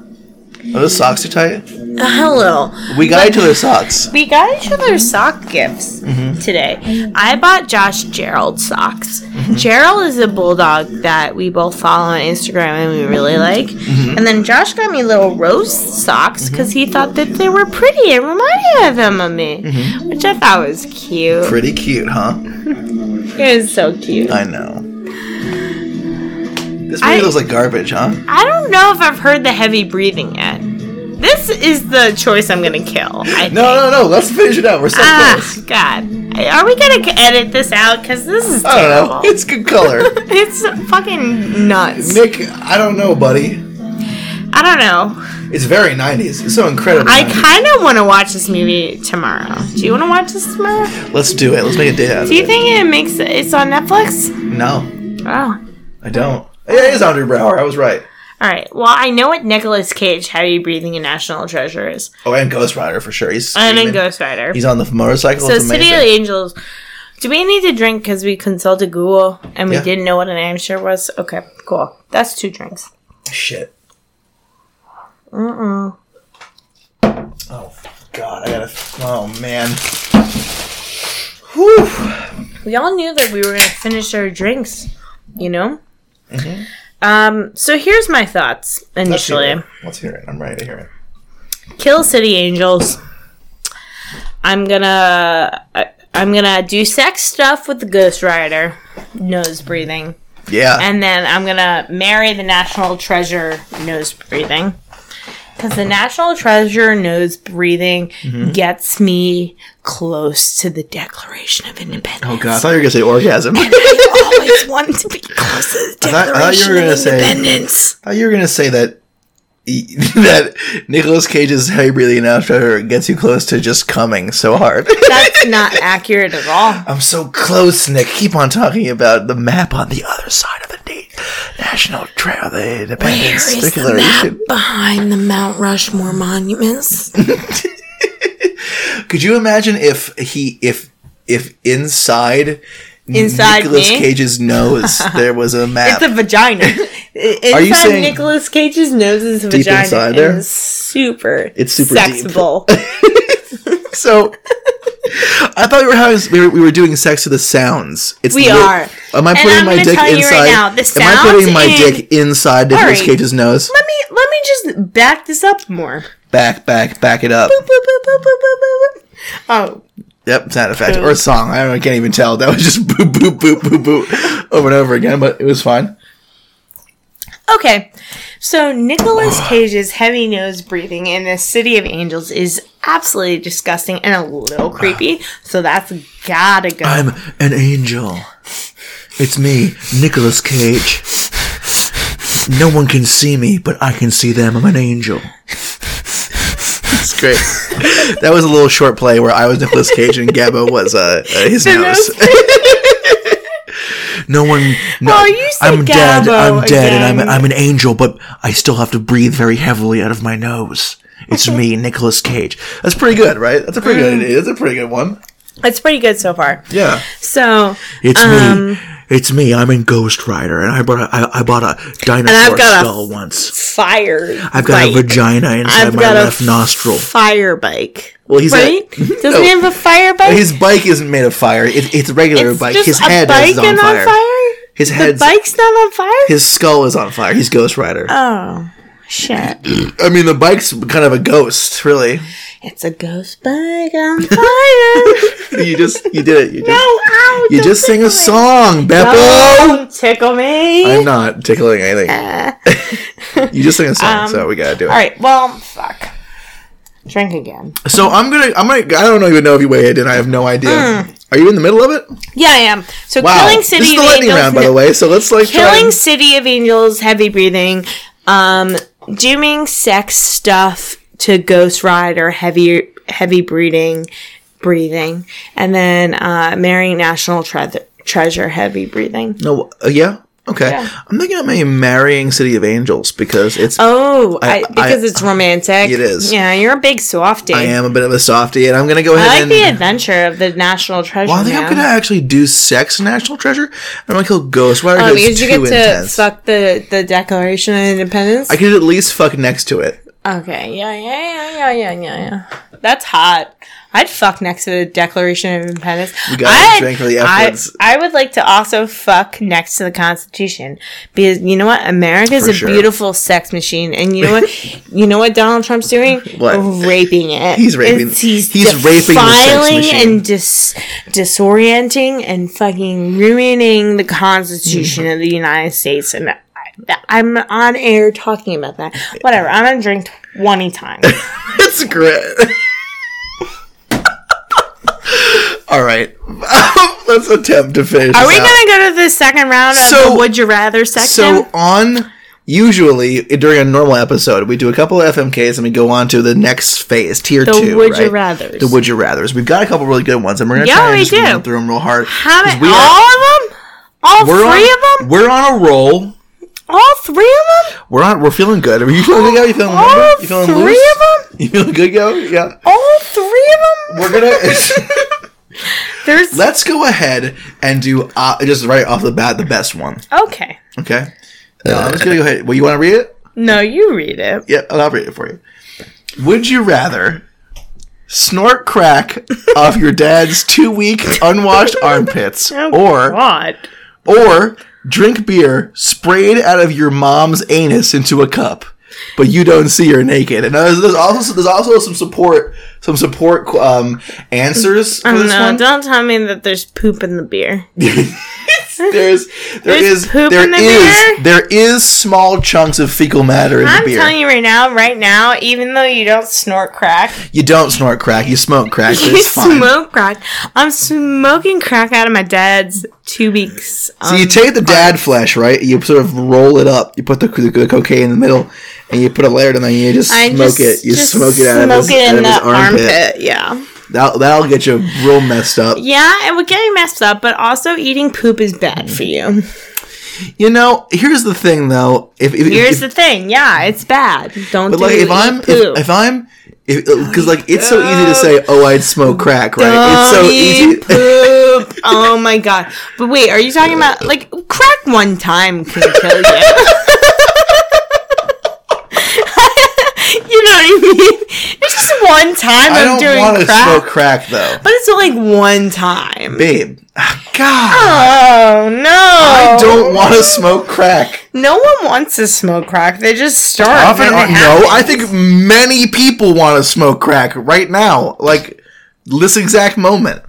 B: those socks too tight?
D: Hello.
B: We got each other socks.
D: We got each other sock gifts
B: Mm-hmm.
D: today. I bought Josh Gerald socks.
B: Mm-hmm.
D: Gerald is a bulldog that we both follow on Instagram and we really like.
B: Mm-hmm.
D: And then Josh got me little rose socks because he thought that they were pretty and reminded of him of me, which I thought was cute.
B: Mm-hmm. Pretty cute, huh?
D: It was so cute.
B: I know. This movie
D: I-
B: looks like garbage, huh?
D: I don't know if I've heard the heavy breathing yet. This is the choice I'm gonna kill. I think.
B: No, no, no. Let's finish it out. We're so
D: Ah,
B: close.
D: God. Are we gonna edit this out? Because this is
B: I don't know.
D: terrible.
B: It's good color.
D: It's fucking nuts.
B: Nick, I don't know, buddy.
D: I don't know.
B: It's very 90s. It's so incredible.
D: I
B: 90s.
D: kind of want to watch this movie tomorrow. Do you want to watch this tomorrow?
B: Let's do it. Let's make a day out of
D: Do you
B: it.
D: think it makes it's on Netflix?
B: No,
D: Oh.
B: I don't. It is Andre Brower. I was right.
D: All right. Well, I know what Nicolas Cage Heavy Breathing and National Treasure is.
B: Oh, and Ghost Rider for sure. He's
D: And then
B: screaming.
D: Ghost Rider.
B: He's on the motorcycle.
D: So
B: it's
D: City
B: amazing.
D: of the Angels. Do we need to drink because we consulted Google and we
B: Yeah.
D: didn't know what an amateur was? Okay, cool. That's two drinks.
B: Shit. Mm-mm. Oh God, I gotta. Oh man. Whew.
D: we all knew that we were going to finish our drinks, you know? Um, so here's my thoughts
B: Mm-hmm. Let's hear
D: initially
B: it. Let's hear it. I'm ready to hear it.
D: Kill City Angels. I'm gonna. I, I'm gonna do sex stuff with the Ghost Rider, nose breathing,
B: Yeah.
D: and then I'm gonna marry the National Treasure, nose breathing, because the National Treasure nose breathing
B: Mm-hmm.
D: gets me close to the Declaration of Independence.
B: oh God, I thought you were gonna say orgasm. I
D: I always wanted to be close to the
B: thought- I thought you were
D: Declaration
B: gonna
D: of
B: say-
D: Independence.
B: thought you were gonna say that. E, that Nicolas Cage's heavy breathing after gets you close to just coming so hard.
D: That's not accurate at all.
B: I'm so close, Nick. Keep on talking about the map on the other side of the date. National Trail, the Independence
D: Where is the map behind the Mount Rushmore monuments?
B: Could you imagine if he, if, if inside,
D: Inside
B: Nicolas
D: me?
B: Cage's nose there was a map?
D: It's a vagina. Inside
B: you saying-
D: Nicolas Cage's nose is a
B: Deep
D: vagina.
B: inside
D: and
B: there?
D: It's super.
B: It's super deep.
D: sexable.
B: so. I thought we were having we were, we were doing sex to the sounds. It's
D: We
B: lit-
D: are.
B: Am I
D: And
B: putting
D: I'm
B: my
D: gonna
B: dick
D: tell you right
B: inside?
D: now, the
B: am I
D: sounds
B: putting my
D: in-
B: dick inside Nicolas
D: Alright.
B: Cage's nose?
D: let me let me just back this up more.
B: Back, back, back it up.
D: Boop, boop, boop, boop, boop, boop, boop. Oh,
B: Yep, sound effect or song. I don't. know, I can't even tell. That was just boop boop boop boop boop over and over again, but it was fine.
D: Okay, so Nicolas Cage's heavy nose breathing in the City of Angels is absolutely disgusting and a little creepy. So that's gotta go. Oh,
B: I'm an angel. It's me, Nicolas Cage. No one can see me, but I can see them. I'm an angel. It's great. That was a little short play where I was Nicolas Cage and Gabbo was uh, uh, his nose. no one. No,
D: Oh, you said
B: I'm dead.
D: Gabbo
B: I'm dead, and I'm
D: again.
B: I'm an angel, but I still have to breathe very heavily out of my nose. It's me, Nicolas Cage. That's pretty good, right? That's a pretty
D: Mm.
B: good. That's a pretty good one.
D: That's pretty good so far.
B: Yeah.
D: So
B: It's
D: Um,
B: me. It's me. I'm in Ghost Rider, and I brought a, I, I bought a dinosaur
D: I've got a-
B: skull once.
D: fire.
B: I've got a vagina inside
D: I've
B: my
D: got a
B: left nostril.
D: fire bike.
B: Well, he's a-
D: right. Doesn't
B: No.
D: he have a fire bike?
B: His bike isn't made of fire. It, it's a regular
D: It's
B: bike.
D: just
B: His
D: a
B: head is on
D: and
B: fire. His
D: The
B: head's
D: bike's not on fire.
B: his skull is on fire. He's Ghost Rider.
D: oh shit!
B: I mean, the bike's kind of a ghost, really.
D: It's a ghost bike on fire.
B: You just you did it. You just
D: no, ow,
B: you
D: don't
B: just sing a
D: tickle me.
B: song, Beppo.
D: Don't Oh, tickle me.
B: I'm not tickling anything. you just sing a song,
D: Um,
B: so we gotta do it.
D: All right. Well, fuck. Drink again.
B: So I'm gonna, I'm gonna, I don't even know if you weighed in. I have no idea. Are you in the middle of it?
D: Yeah, I am. So
B: Wow.
D: Killing City
B: Mm. this is the
D: of
B: lightning
D: Angels.
B: round, by the way. So let's like try
D: Killing
B: and-
D: City of Angels, heavy breathing, um, doing sex stuff to Ghost Rider, heavy heavy breathing, breathing, and then uh, marrying National Tre- Treasure, heavy breathing.
B: No, uh, yeah, okay.
D: Yeah.
B: I'm thinking of maybe marrying City of Angels because it's.
D: Oh,
B: I-
D: I, because
B: I-
D: it's romantic.
B: It is.
D: Yeah, you're a big softie.
B: I am a bit of a softie, and I'm gonna go ahead
D: I like
B: and.
D: the adventure of the National Treasure.
B: well, I think I'm
D: man.
B: gonna actually do sex in National Treasure. I'm gonna kill Ghost Rider.
D: Oh,
B: it's
D: because you
B: too
D: get to
B: intense.
D: fuck the, the Declaration of Independence.
B: I could at least fuck next to it.
D: Okay, yeah, yeah, yeah, yeah, yeah, yeah, yeah. That's hot. I'd fuck next to the Declaration of Independence. We
B: gotta drink for the efforts.
D: I, I would like to also fuck next to the Constitution because you know what? America's
B: For
D: a
B: sure.
D: beautiful sex machine, and you know what? you know what Donald Trump's doing?
B: What?
D: Raping it.
B: He's raping-
D: It's- he's
B: he's raping the sex
D: defiling
B: machine.
D: and dis- disorienting and fucking ruining the Constitution of the United States and. I- I'm on air talking about that. Whatever. I'm gonna drink twenty times.
B: It's great. All right, let's attempt to finish.
D: Are
B: this
D: we
B: out.
D: gonna go to the second round of
B: So-
D: the Would You Rather section?
B: So on usually during a normal episode, we do a couple of FMKs and we go on to the next phase, tier
D: The
B: two.
D: would
B: right?
D: you rathers.
B: The would you rather's. We've got a couple really good ones, and we're gonna
D: Yeah,
B: try and
D: we
B: just
D: do.
B: run through them real hard.
D: How
B: 'Cause
D: many? all of them? All
B: we're
D: three
B: on,
D: of them?
B: We're on a roll.
D: All three of them?
B: We're on. We're feeling good. Are you feeling good? Gabby? You feeling
D: All
B: limber? You feeling
D: three
B: loose?
D: of them?
B: You feeling good, go? Yeah.
D: All three of them?
B: We're gonna.
D: There's
B: let's go ahead and do uh, just right off the bat the best one.
D: okay.
B: Okay. No, I'm just gonna go ahead. Well, you want to read it?
D: No, you read it.
B: Yeah, I'll read it for you. Would you rather snort crack off your dad's two week unwashed armpits or
D: Oh, God.
B: or drink beer sprayed out of your mom's anus into a cup? But you don't see her naked, and there's, there's also there's also some support some support um, answers for
D: Oh
B: this
D: no!
B: one.
D: Don't tell me that there's poop in the beer.
B: There's there
D: There's
B: is
D: poop
B: there
D: in the
B: is-
D: beer?
B: there is small chunks of fecal matter in
D: I'm
B: the beer.
D: telling you right now, right now, even though you don't snort crack,
B: you don't snort crack, you smoke crack. but
D: you
B: it's fine.
D: smoke crack. I'm smoking crack out of my dad's two weeks. um,
B: So you take the dad flesh, right? You sort of roll it up. You put the, the, cocaine in the middle, and you put a layer down there. And you just
D: I
B: smoke it.
D: just-
B: You
D: just
B: smoke it out of his,
D: smoke it
B: out
D: in
B: of his
D: the
B: armpit.
D: Yeah,
B: That'll, that'll get you real messed up.
D: yeah, it would get you messed up, but also eating poop is bad for you.
B: You know, here's the thing, though. If, if,
D: Here's
B: if,
D: the thing, yeah, it's bad. Don't
B: but
D: do
B: like,
D: it.
B: if I'm
D: eat poop.
B: if, if I'm because like it's so easy to say, oh, I'd smoke crack, right? It's so
D: Don't
B: easy.
D: eat poop. oh my god! But wait, are you talking about like crack one time can kill you? you know what I mean? It's just one time
B: I
D: I'm
B: don't
D: doing
B: want to
D: crack,
B: smoke crack, though,
D: but it's like one time.
B: babe. Ah, Oh. God,
D: Oh no!
B: I don't want to smoke crack.
D: No one wants to smoke crack. They just start.
B: Often,
D: and
B: are,
D: it
B: no, I
D: happens.
B: think many people want to smoke crack right now, like this exact moment.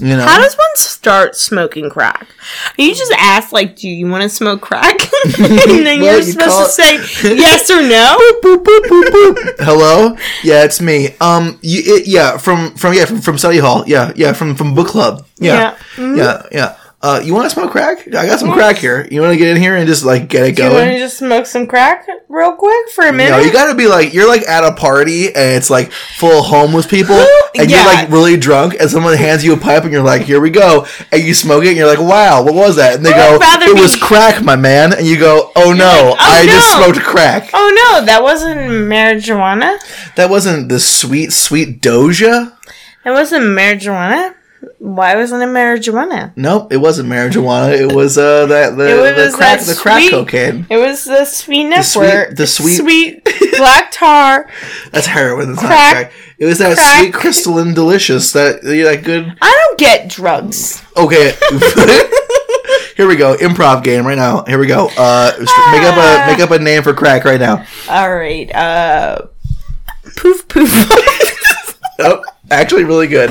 B: You know,
D: How does one start smoking crack? You just ask, like, do you want to smoke crack? and then
B: Well,
D: you're
B: you call
D: supposed to say yes or no.
B: boop, boop, boop, boop. hello? Yeah, it's me. Um, you, it, yeah, from from yeah from, from study hall. Yeah, yeah, from from book club. Yeah, yeah, yeah. Uh, you want to smoke crack? I got some crack here. You want to get in here and just like get it
D: Do you want to
B: going?
D: just smoke some crack real quick for a minute?
B: No, you gotta be like you're like at a party and it's like full of homeless people and
D: Yeah.
B: you're like really drunk and someone hands you a pipe and you're like here we go and you smoke it and you're like wow what was that and they
D: I
B: go
D: would rather
B: it was
D: be-
B: crack my man and you go oh no
D: like, "Oh,
B: I just
D: no."
B: smoked crack
D: oh no, that wasn't marijuana.
B: that wasn't the sweet sweet Doja
D: That wasn't marijuana. Why wasn't it marijuana?
B: nope it wasn't marijuana it was uh that the,
D: It
B: the
D: was
B: crack
D: that
B: the crack
D: sweet-
B: cocaine
D: It was the sweet
B: sweet-
D: network.
B: the sweet-
D: sweet black tar.
B: that's heroin that's
D: Crack.
B: not crack it was that
D: Crack.
B: sweet crystalline delicious that that good
D: I don't get drugs.
B: Okay. Here we go. Improv game right now. Here we go. Uh, st- make up a make up a name for crack right now.
D: All right. Uh, poof poof.
B: Oh, actually, really good.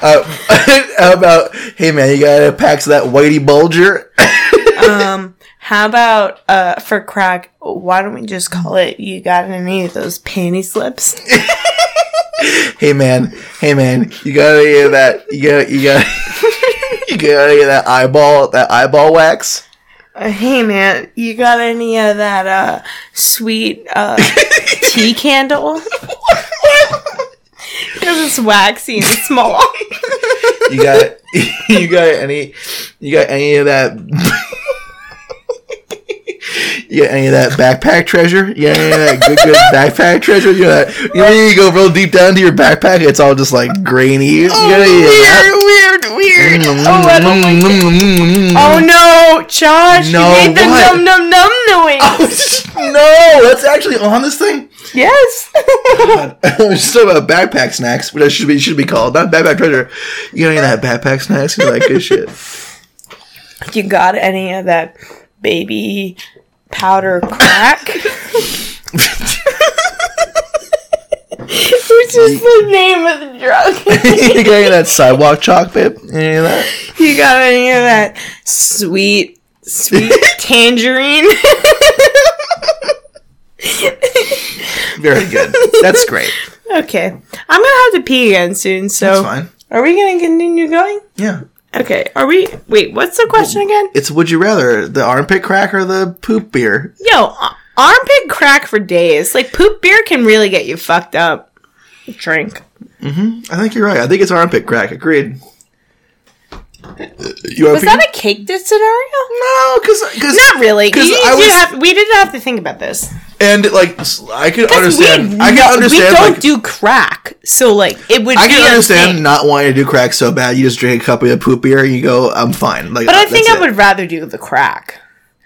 B: Uh, how about hey man, you got a pack of that whitey bulger?
D: um, How about uh for crack? Why don't we just call it? You got any of those panty slips?
I: Hey man, hey man, you gotta get that. You got you got you gotta get that eyeball that eyeball wax.
D: Uh, hey man, you got any of that uh sweet uh tea candle? Because it's waxy and small.
I: You got you got any you got any of that. You got any of that backpack treasure? You got any of that good, good backpack treasure? You know that, you know when you go real deep down into your backpack, it's all just like grainy. You got any of that?
D: weird, weird.
I: Mm-hmm.
D: Oh, I don't like it.
I: Oh,
D: Oh no, Josh!
I: No,
D: you made the
I: what? Ah.
D: num num num noise.
I: no, that's actually on this thing.
D: Yes.
I: We're just talking about backpack snacks, which I should be should be called not backpack treasure. You got any of that backpack snacks? You like good shit.
D: you got any of that baby powder crack? Which is the name of the drug.
I: you got any of that sidewalk chalk, babe? Any of that?
D: you got any of that sweet, sweet tangerine?
I: Very good. That's great.
D: okay. I'm gonna have to pee again soon,
I: That's
D: so
I: fine.
D: are we gonna continue going?
I: Yeah.
D: Okay, are we wait, what's the question again?
I: It's would you rather the armpit crack or the poop beer?
D: Yo, a- armpit crack for days. Like poop beer can really get you fucked up. Drink.
I: I think you're right. I think it's armpit crack. Agreed. Uh, You
D: Was that a cake this scenario?
I: no? Because because
D: Not really. You
I: 'Cause I
D: did
I: was-
D: have, we didn't have to think about this.
I: and like s- I could
D: 'Cause
I: understand.
D: We,
I: I
D: know-
I: can understand.
D: We don't
I: like,
D: do crack, so like it would.
I: I
D: be
I: can
D: a
I: understand
D: thing.
I: not wanting to do crack so bad. You just drink a cup of your poop beer and you go, I'm fine. Like,
D: but I
I: uh,
D: think
I: that's
D: I
I: it.
D: would rather do the crack.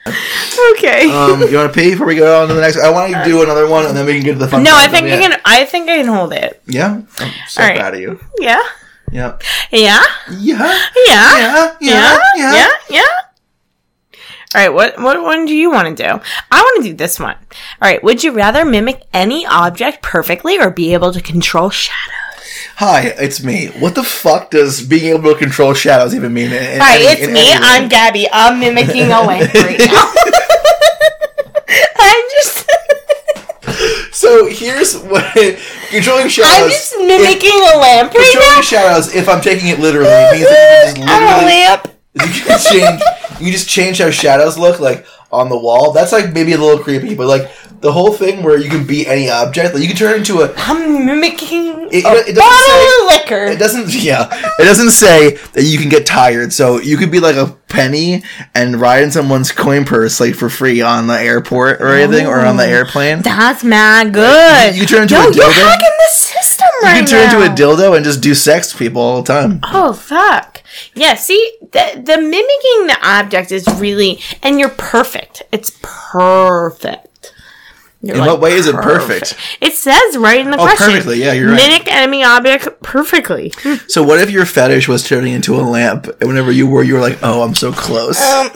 D: Okay.
I: Um, you want to pee before we go on to the next? I want to do another one and then we can get to the fun.
D: no, I
I: part, but
D: think I
I: yeah.
D: can. I think I can hold it.
I: Yeah, I'm so
D: All right.
I: proud of you.
D: Yeah.
I: Yeah,
D: Yeah.
I: yeah,
D: Yeah.
I: yeah, yeah,
D: yeah,
I: yeah.
D: yeah, yeah. All right, what what one do you want to do? I want to do this one. All right, would you rather mimic any object perfectly or be able to control shadow?
I: Hi, it's me. What the fuck does being able to control shadows even mean? In, in
D: All right,
I: any-
D: it's
I: in
D: me.
I: any way?
D: I'm Gabby. I'm mimicking a lamp right now. I'm just
I: So here's what controlling shadows.
D: I'm just mimicking a lamp
I: If,
D: right
I: controlling
D: now.
I: shadows, if I'm taking it literally, means that you can just
D: I'm a
I: literally
D: lamp.
I: you can change you just change how shadows look like on the wall that's like maybe a little creepy but like the whole thing where you can be any object like you can turn into a
D: I'm mimicking
I: It-
D: a
I: it doesn't
D: bottle
I: say-
D: of liquor.
I: it doesn't yeah it doesn't say that you can get tired so you could be like a penny and ride in someone's coin purse like for free on the airport or anything or
D: Oh.
I: on the airplane
D: That's mad good.
I: You- you turn into
D: Yo,
I: a
D: You're
I: dildo?
D: hacking the system
I: you
D: right
I: can turn
D: now.
I: into a dildo and just do sex to people all the time
D: Oh fuck. Yeah, see the the mimicking the object is really and you're perfect. It's perfect. You're
I: In what way is it perfect?
D: It says right in the
I: Oh,
D: question.
I: perfectly. Yeah, you're right.
D: Mimic enemy object perfectly.
I: so what if your fetish was turning into a lamp and whenever you were you were like oh i'm so close
D: horny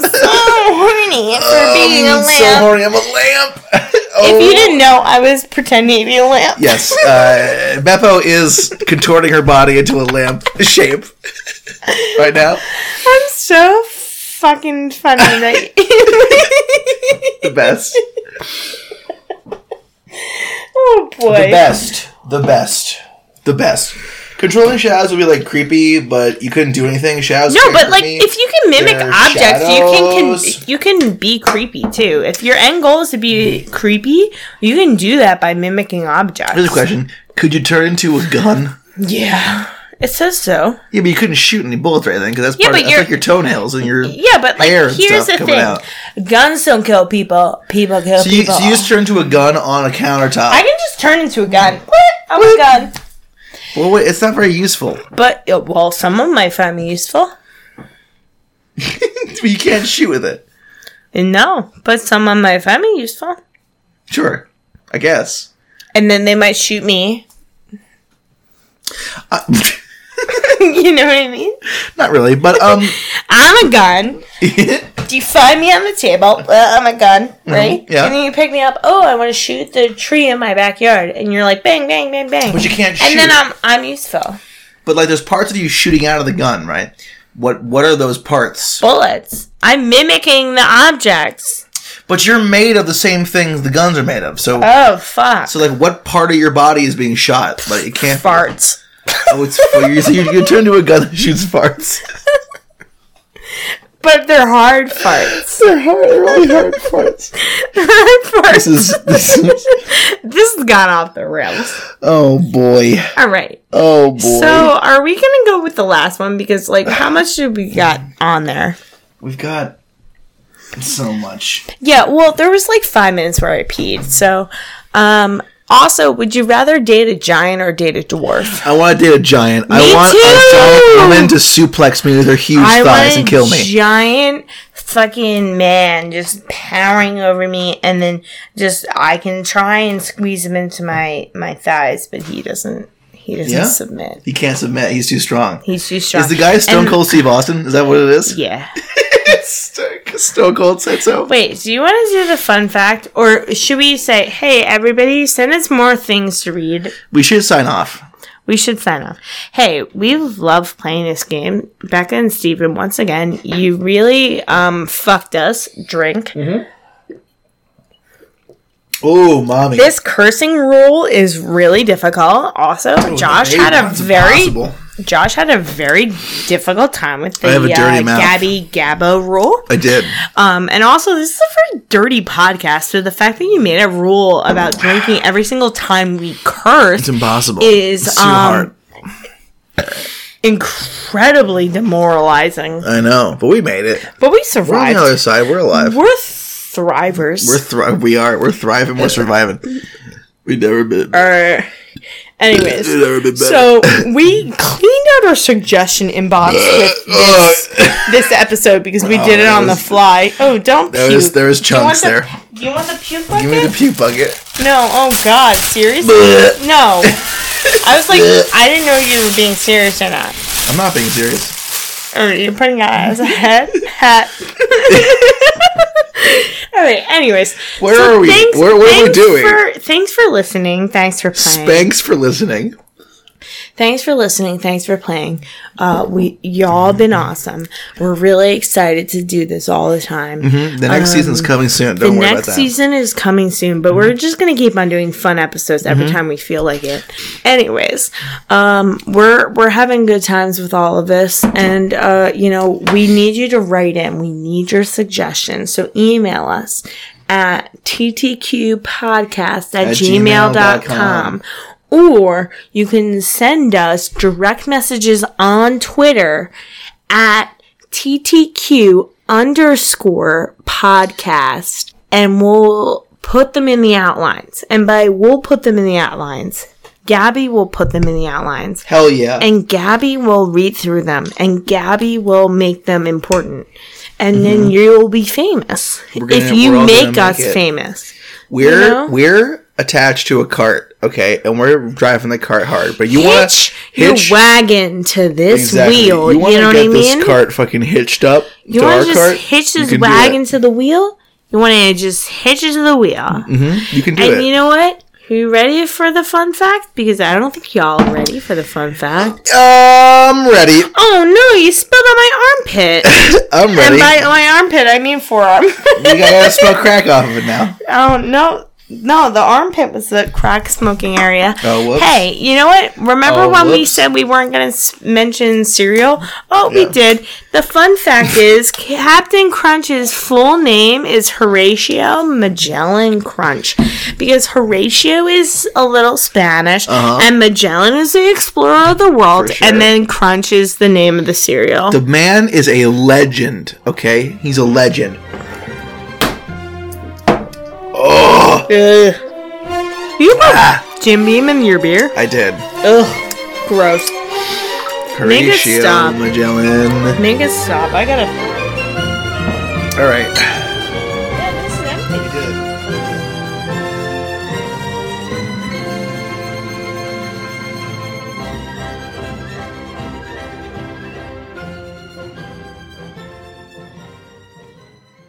D: for Um, being a
I: I'm so
D: lamp.
I: horny i'm a lamp oh.
D: If you didn't know, I was pretending to be a lamp.
I: Yes, uh, Beppo is contorting her body into a lamp shape right now.
D: I'm so fucking funny that.
I: The best.
D: oh boy.
I: The best. The best. The best. Controlling shadows would be like creepy, but you couldn't do anything. Shadows.
D: No,
I: couldn't
D: but
I: hurt
D: like
I: me.
D: if you can mimic
I: Their
D: objects,
I: shadows.
D: you can, can you can be creepy too. If your end goal is to be creepy, you can do that by mimicking objects.
I: Here's a question: Could you turn into a gun?
D: Yeah, it says so.
I: Yeah, but you couldn't shoot any bullets or anything because that's
D: Yeah,
I: part
D: but
I: of that's
D: you're-
I: like your toenails and your
D: Yeah, but like
I: hair and
D: here's
I: stuff
D: the
I: coming
D: thing:
I: out.
D: guns don't kill people. People kill
I: So you,
D: people.
I: so you just turn into a gun on a countertop.
D: I can just turn into a gun. What? Oh I'm a gun.
I: well, wait, it's not very useful.
D: But uh, well, someone might find me useful.
I: you can't shoot with it.
D: No, but someone might find me useful,
I: Sure, I guess.
D: and then they might shoot me.
I: Uh,
D: you know what I mean?
I: not really, but um,
D: I'm a gun. Do you find me on the table? Well, I'm a gun, right?
I: Mm-hmm. yeah.
D: And then you pick me up. Oh, I want to shoot the tree in my backyard, and you're like, bang, bang, bang, bang.
I: but you can't shoot.
D: and then I'm I'm useful.
I: but like, there's parts of you shooting out of the gun, right? What What are those parts?
D: Bullets. I'm mimicking the objects.
I: But you're made of the same things the guns are made of. So,
D: Oh fuck.
I: so like, what part of your body is being shot? Like, it can't.
D: farts.
I: Oh, it's you, you, you turn to a gun that shoots farts.
D: But they're hard farts.
I: They're hard, they're really hard farts.
D: hard farts.
I: This is, this is
D: This has gone off the rails.
I: oh boy,
D: All right.
I: oh boy.
D: So, are we gonna go with the last one? Because, like, how much did we got on there?
I: We've got so much.
D: Yeah, well, there was like five minutes where I peed. So, um, also, would you rather date a giant or date a dwarf?
I: I want to date a giant. I
D: Me
I: want
D: too!
I: a giant woman to suplex me with her huge
D: I
I: thighs
D: want
I: and kill
D: a
I: me.
D: giant fucking man just powering over me, and then just I can try and squeeze him into my my thighs, but he doesn't. He doesn't
I: Yeah?
D: submit.
I: he can't submit. He's too strong.
D: He's too strong.
I: Is the guy Stone
D: And-
I: Cold Steve Austin? Is that what it is?
D: Yeah.
I: Stone Cold said so.
D: Wait, do you want to do the fun fact, or should we say, "Hey, everybody, send us more things to read"?
I: We should sign off.
D: We should sign off. Hey, we love playing this game. Becca and Steven, once again, you really um fucked us. Drink.
I: Oh, mommy.
D: This cursing rule is really difficult. Also, Josh had a very
I: Oh, Impossible.
D: Josh had a very difficult time with the
I: have a dirty
D: uh,
I: mouth.
D: Gabby Gabbo rule.
I: I did.
D: Um, and also, this is a very dirty podcast. So the fact that you made a rule about drinking every single time we curse
I: It's impossible.
D: Is,
I: It's too
D: um,
I: hard.
D: incredibly demoralizing.
I: I know, but we made it.
D: But we
I: We're on
D: survived.
I: the other side. We're alive.
D: We're thrivers.
I: We're thri- we are. We're thriving. We're surviving. We've never been.
D: Or- anyways,
I: We've never been better.
D: so we cleaned out our suggestion inbox
I: Uh,
D: with this, this episode because we did it
I: that
D: on the
I: was-
D: fly. Oh, don't
I: there
D: puke.
I: was there was
D: you want
I: chunks
D: the,
I: there.
D: Do you want the puke bucket?
I: Give me the puke bucket.
D: no. Oh God, seriously?
I: Bleh.
D: No. I was like, I didn't know you were being serious or not.
I: I'm not being serious.
D: Or you're putting that as a head hat. All right. Anyways,
I: Where are we?
D: Thanks,
I: Where- what are we
D: thanks
I: doing?
D: For, thanks for listening. Thanks for playing.
I: Thanks for listening.
D: Thanks for listening. Thanks for playing. Uh, we y'all been awesome. We're really excited to do this all the time.
I: The next season's coming soon.
D: Um, The
I: Mm-hmm. Don't worry about
D: next
I: that.
D: season is coming soon, but we're just gonna keep on doing fun episodes every
I: Mm-hmm.
D: time we feel like it. Anyways, um, we're we're having good times with all of this, and uh, you know we need you to write in. We need your suggestions, so email us at ttqpodcast at,
I: At
D: gmail.com.
I: gmail.com.
D: Or you can send us direct messages on Twitter at TTQ underscore podcast and we'll put them in the outlines. And by we'll put them in the outlines, Gabby will put them in the outlines.
I: Hell yeah.
D: And Gabby will read through them and Gabby will make them important. And then you'll be famous
I: gonna-
D: if you
I: Mm-hmm. we're all gonna
D: make
I: make
D: us
I: it.
D: famous.
I: we're
D: you know?
I: we're attached to a cart, okay, and we're driving the cart hard. But you want
D: Hitch,
I: to
D: your wagon to this wheel. You,
I: wanna
D: know what
I: get
D: I mean?
I: This cart fucking hitched up.
D: You
I: to
D: want
I: our
D: to just
I: cart.
D: hitch
I: You
D: this
I: can do
D: wagon
I: it.
D: to the wheel? You want to just hitch it to the wheel?
I: You can do
D: And
I: it.
D: you know what? Are you ready for the fun fact? Because I don't think y'all are ready for the fun fact.
I: Um, I'm ready.
D: Oh no, you spilled on my armpit.
I: I'm
D: and
I: ready.
D: by my armpit, I mean forearm.
I: we gotta smell crack off of it now.
D: oh no. No, the armpit was the crack smoking area.
I: Oh, whoops.
D: Hey, you know what? Remember
I: Oh,
D: when we
I: whoops.
D: said we weren't going to mention cereal? Oh,
I: Yeah.
D: we did. The fun fact is Captain Crunch's full name is Horatio Magellan Crunch because Horatio is a little Spanish and Magellan is the explorer of the world
I: Uh-huh. For sure.
D: and then Crunch is the name of the cereal.
I: The man is a legend. Okay, he's a legend. Oh,
D: Ugh. You put
I: Ah.
D: Jim Beam in your beer?
I: I did.
D: Ugh. Gross. Make it
I: Horatio
D: stop.
I: Magellan.
D: Make it stop. I gotta
I: All right.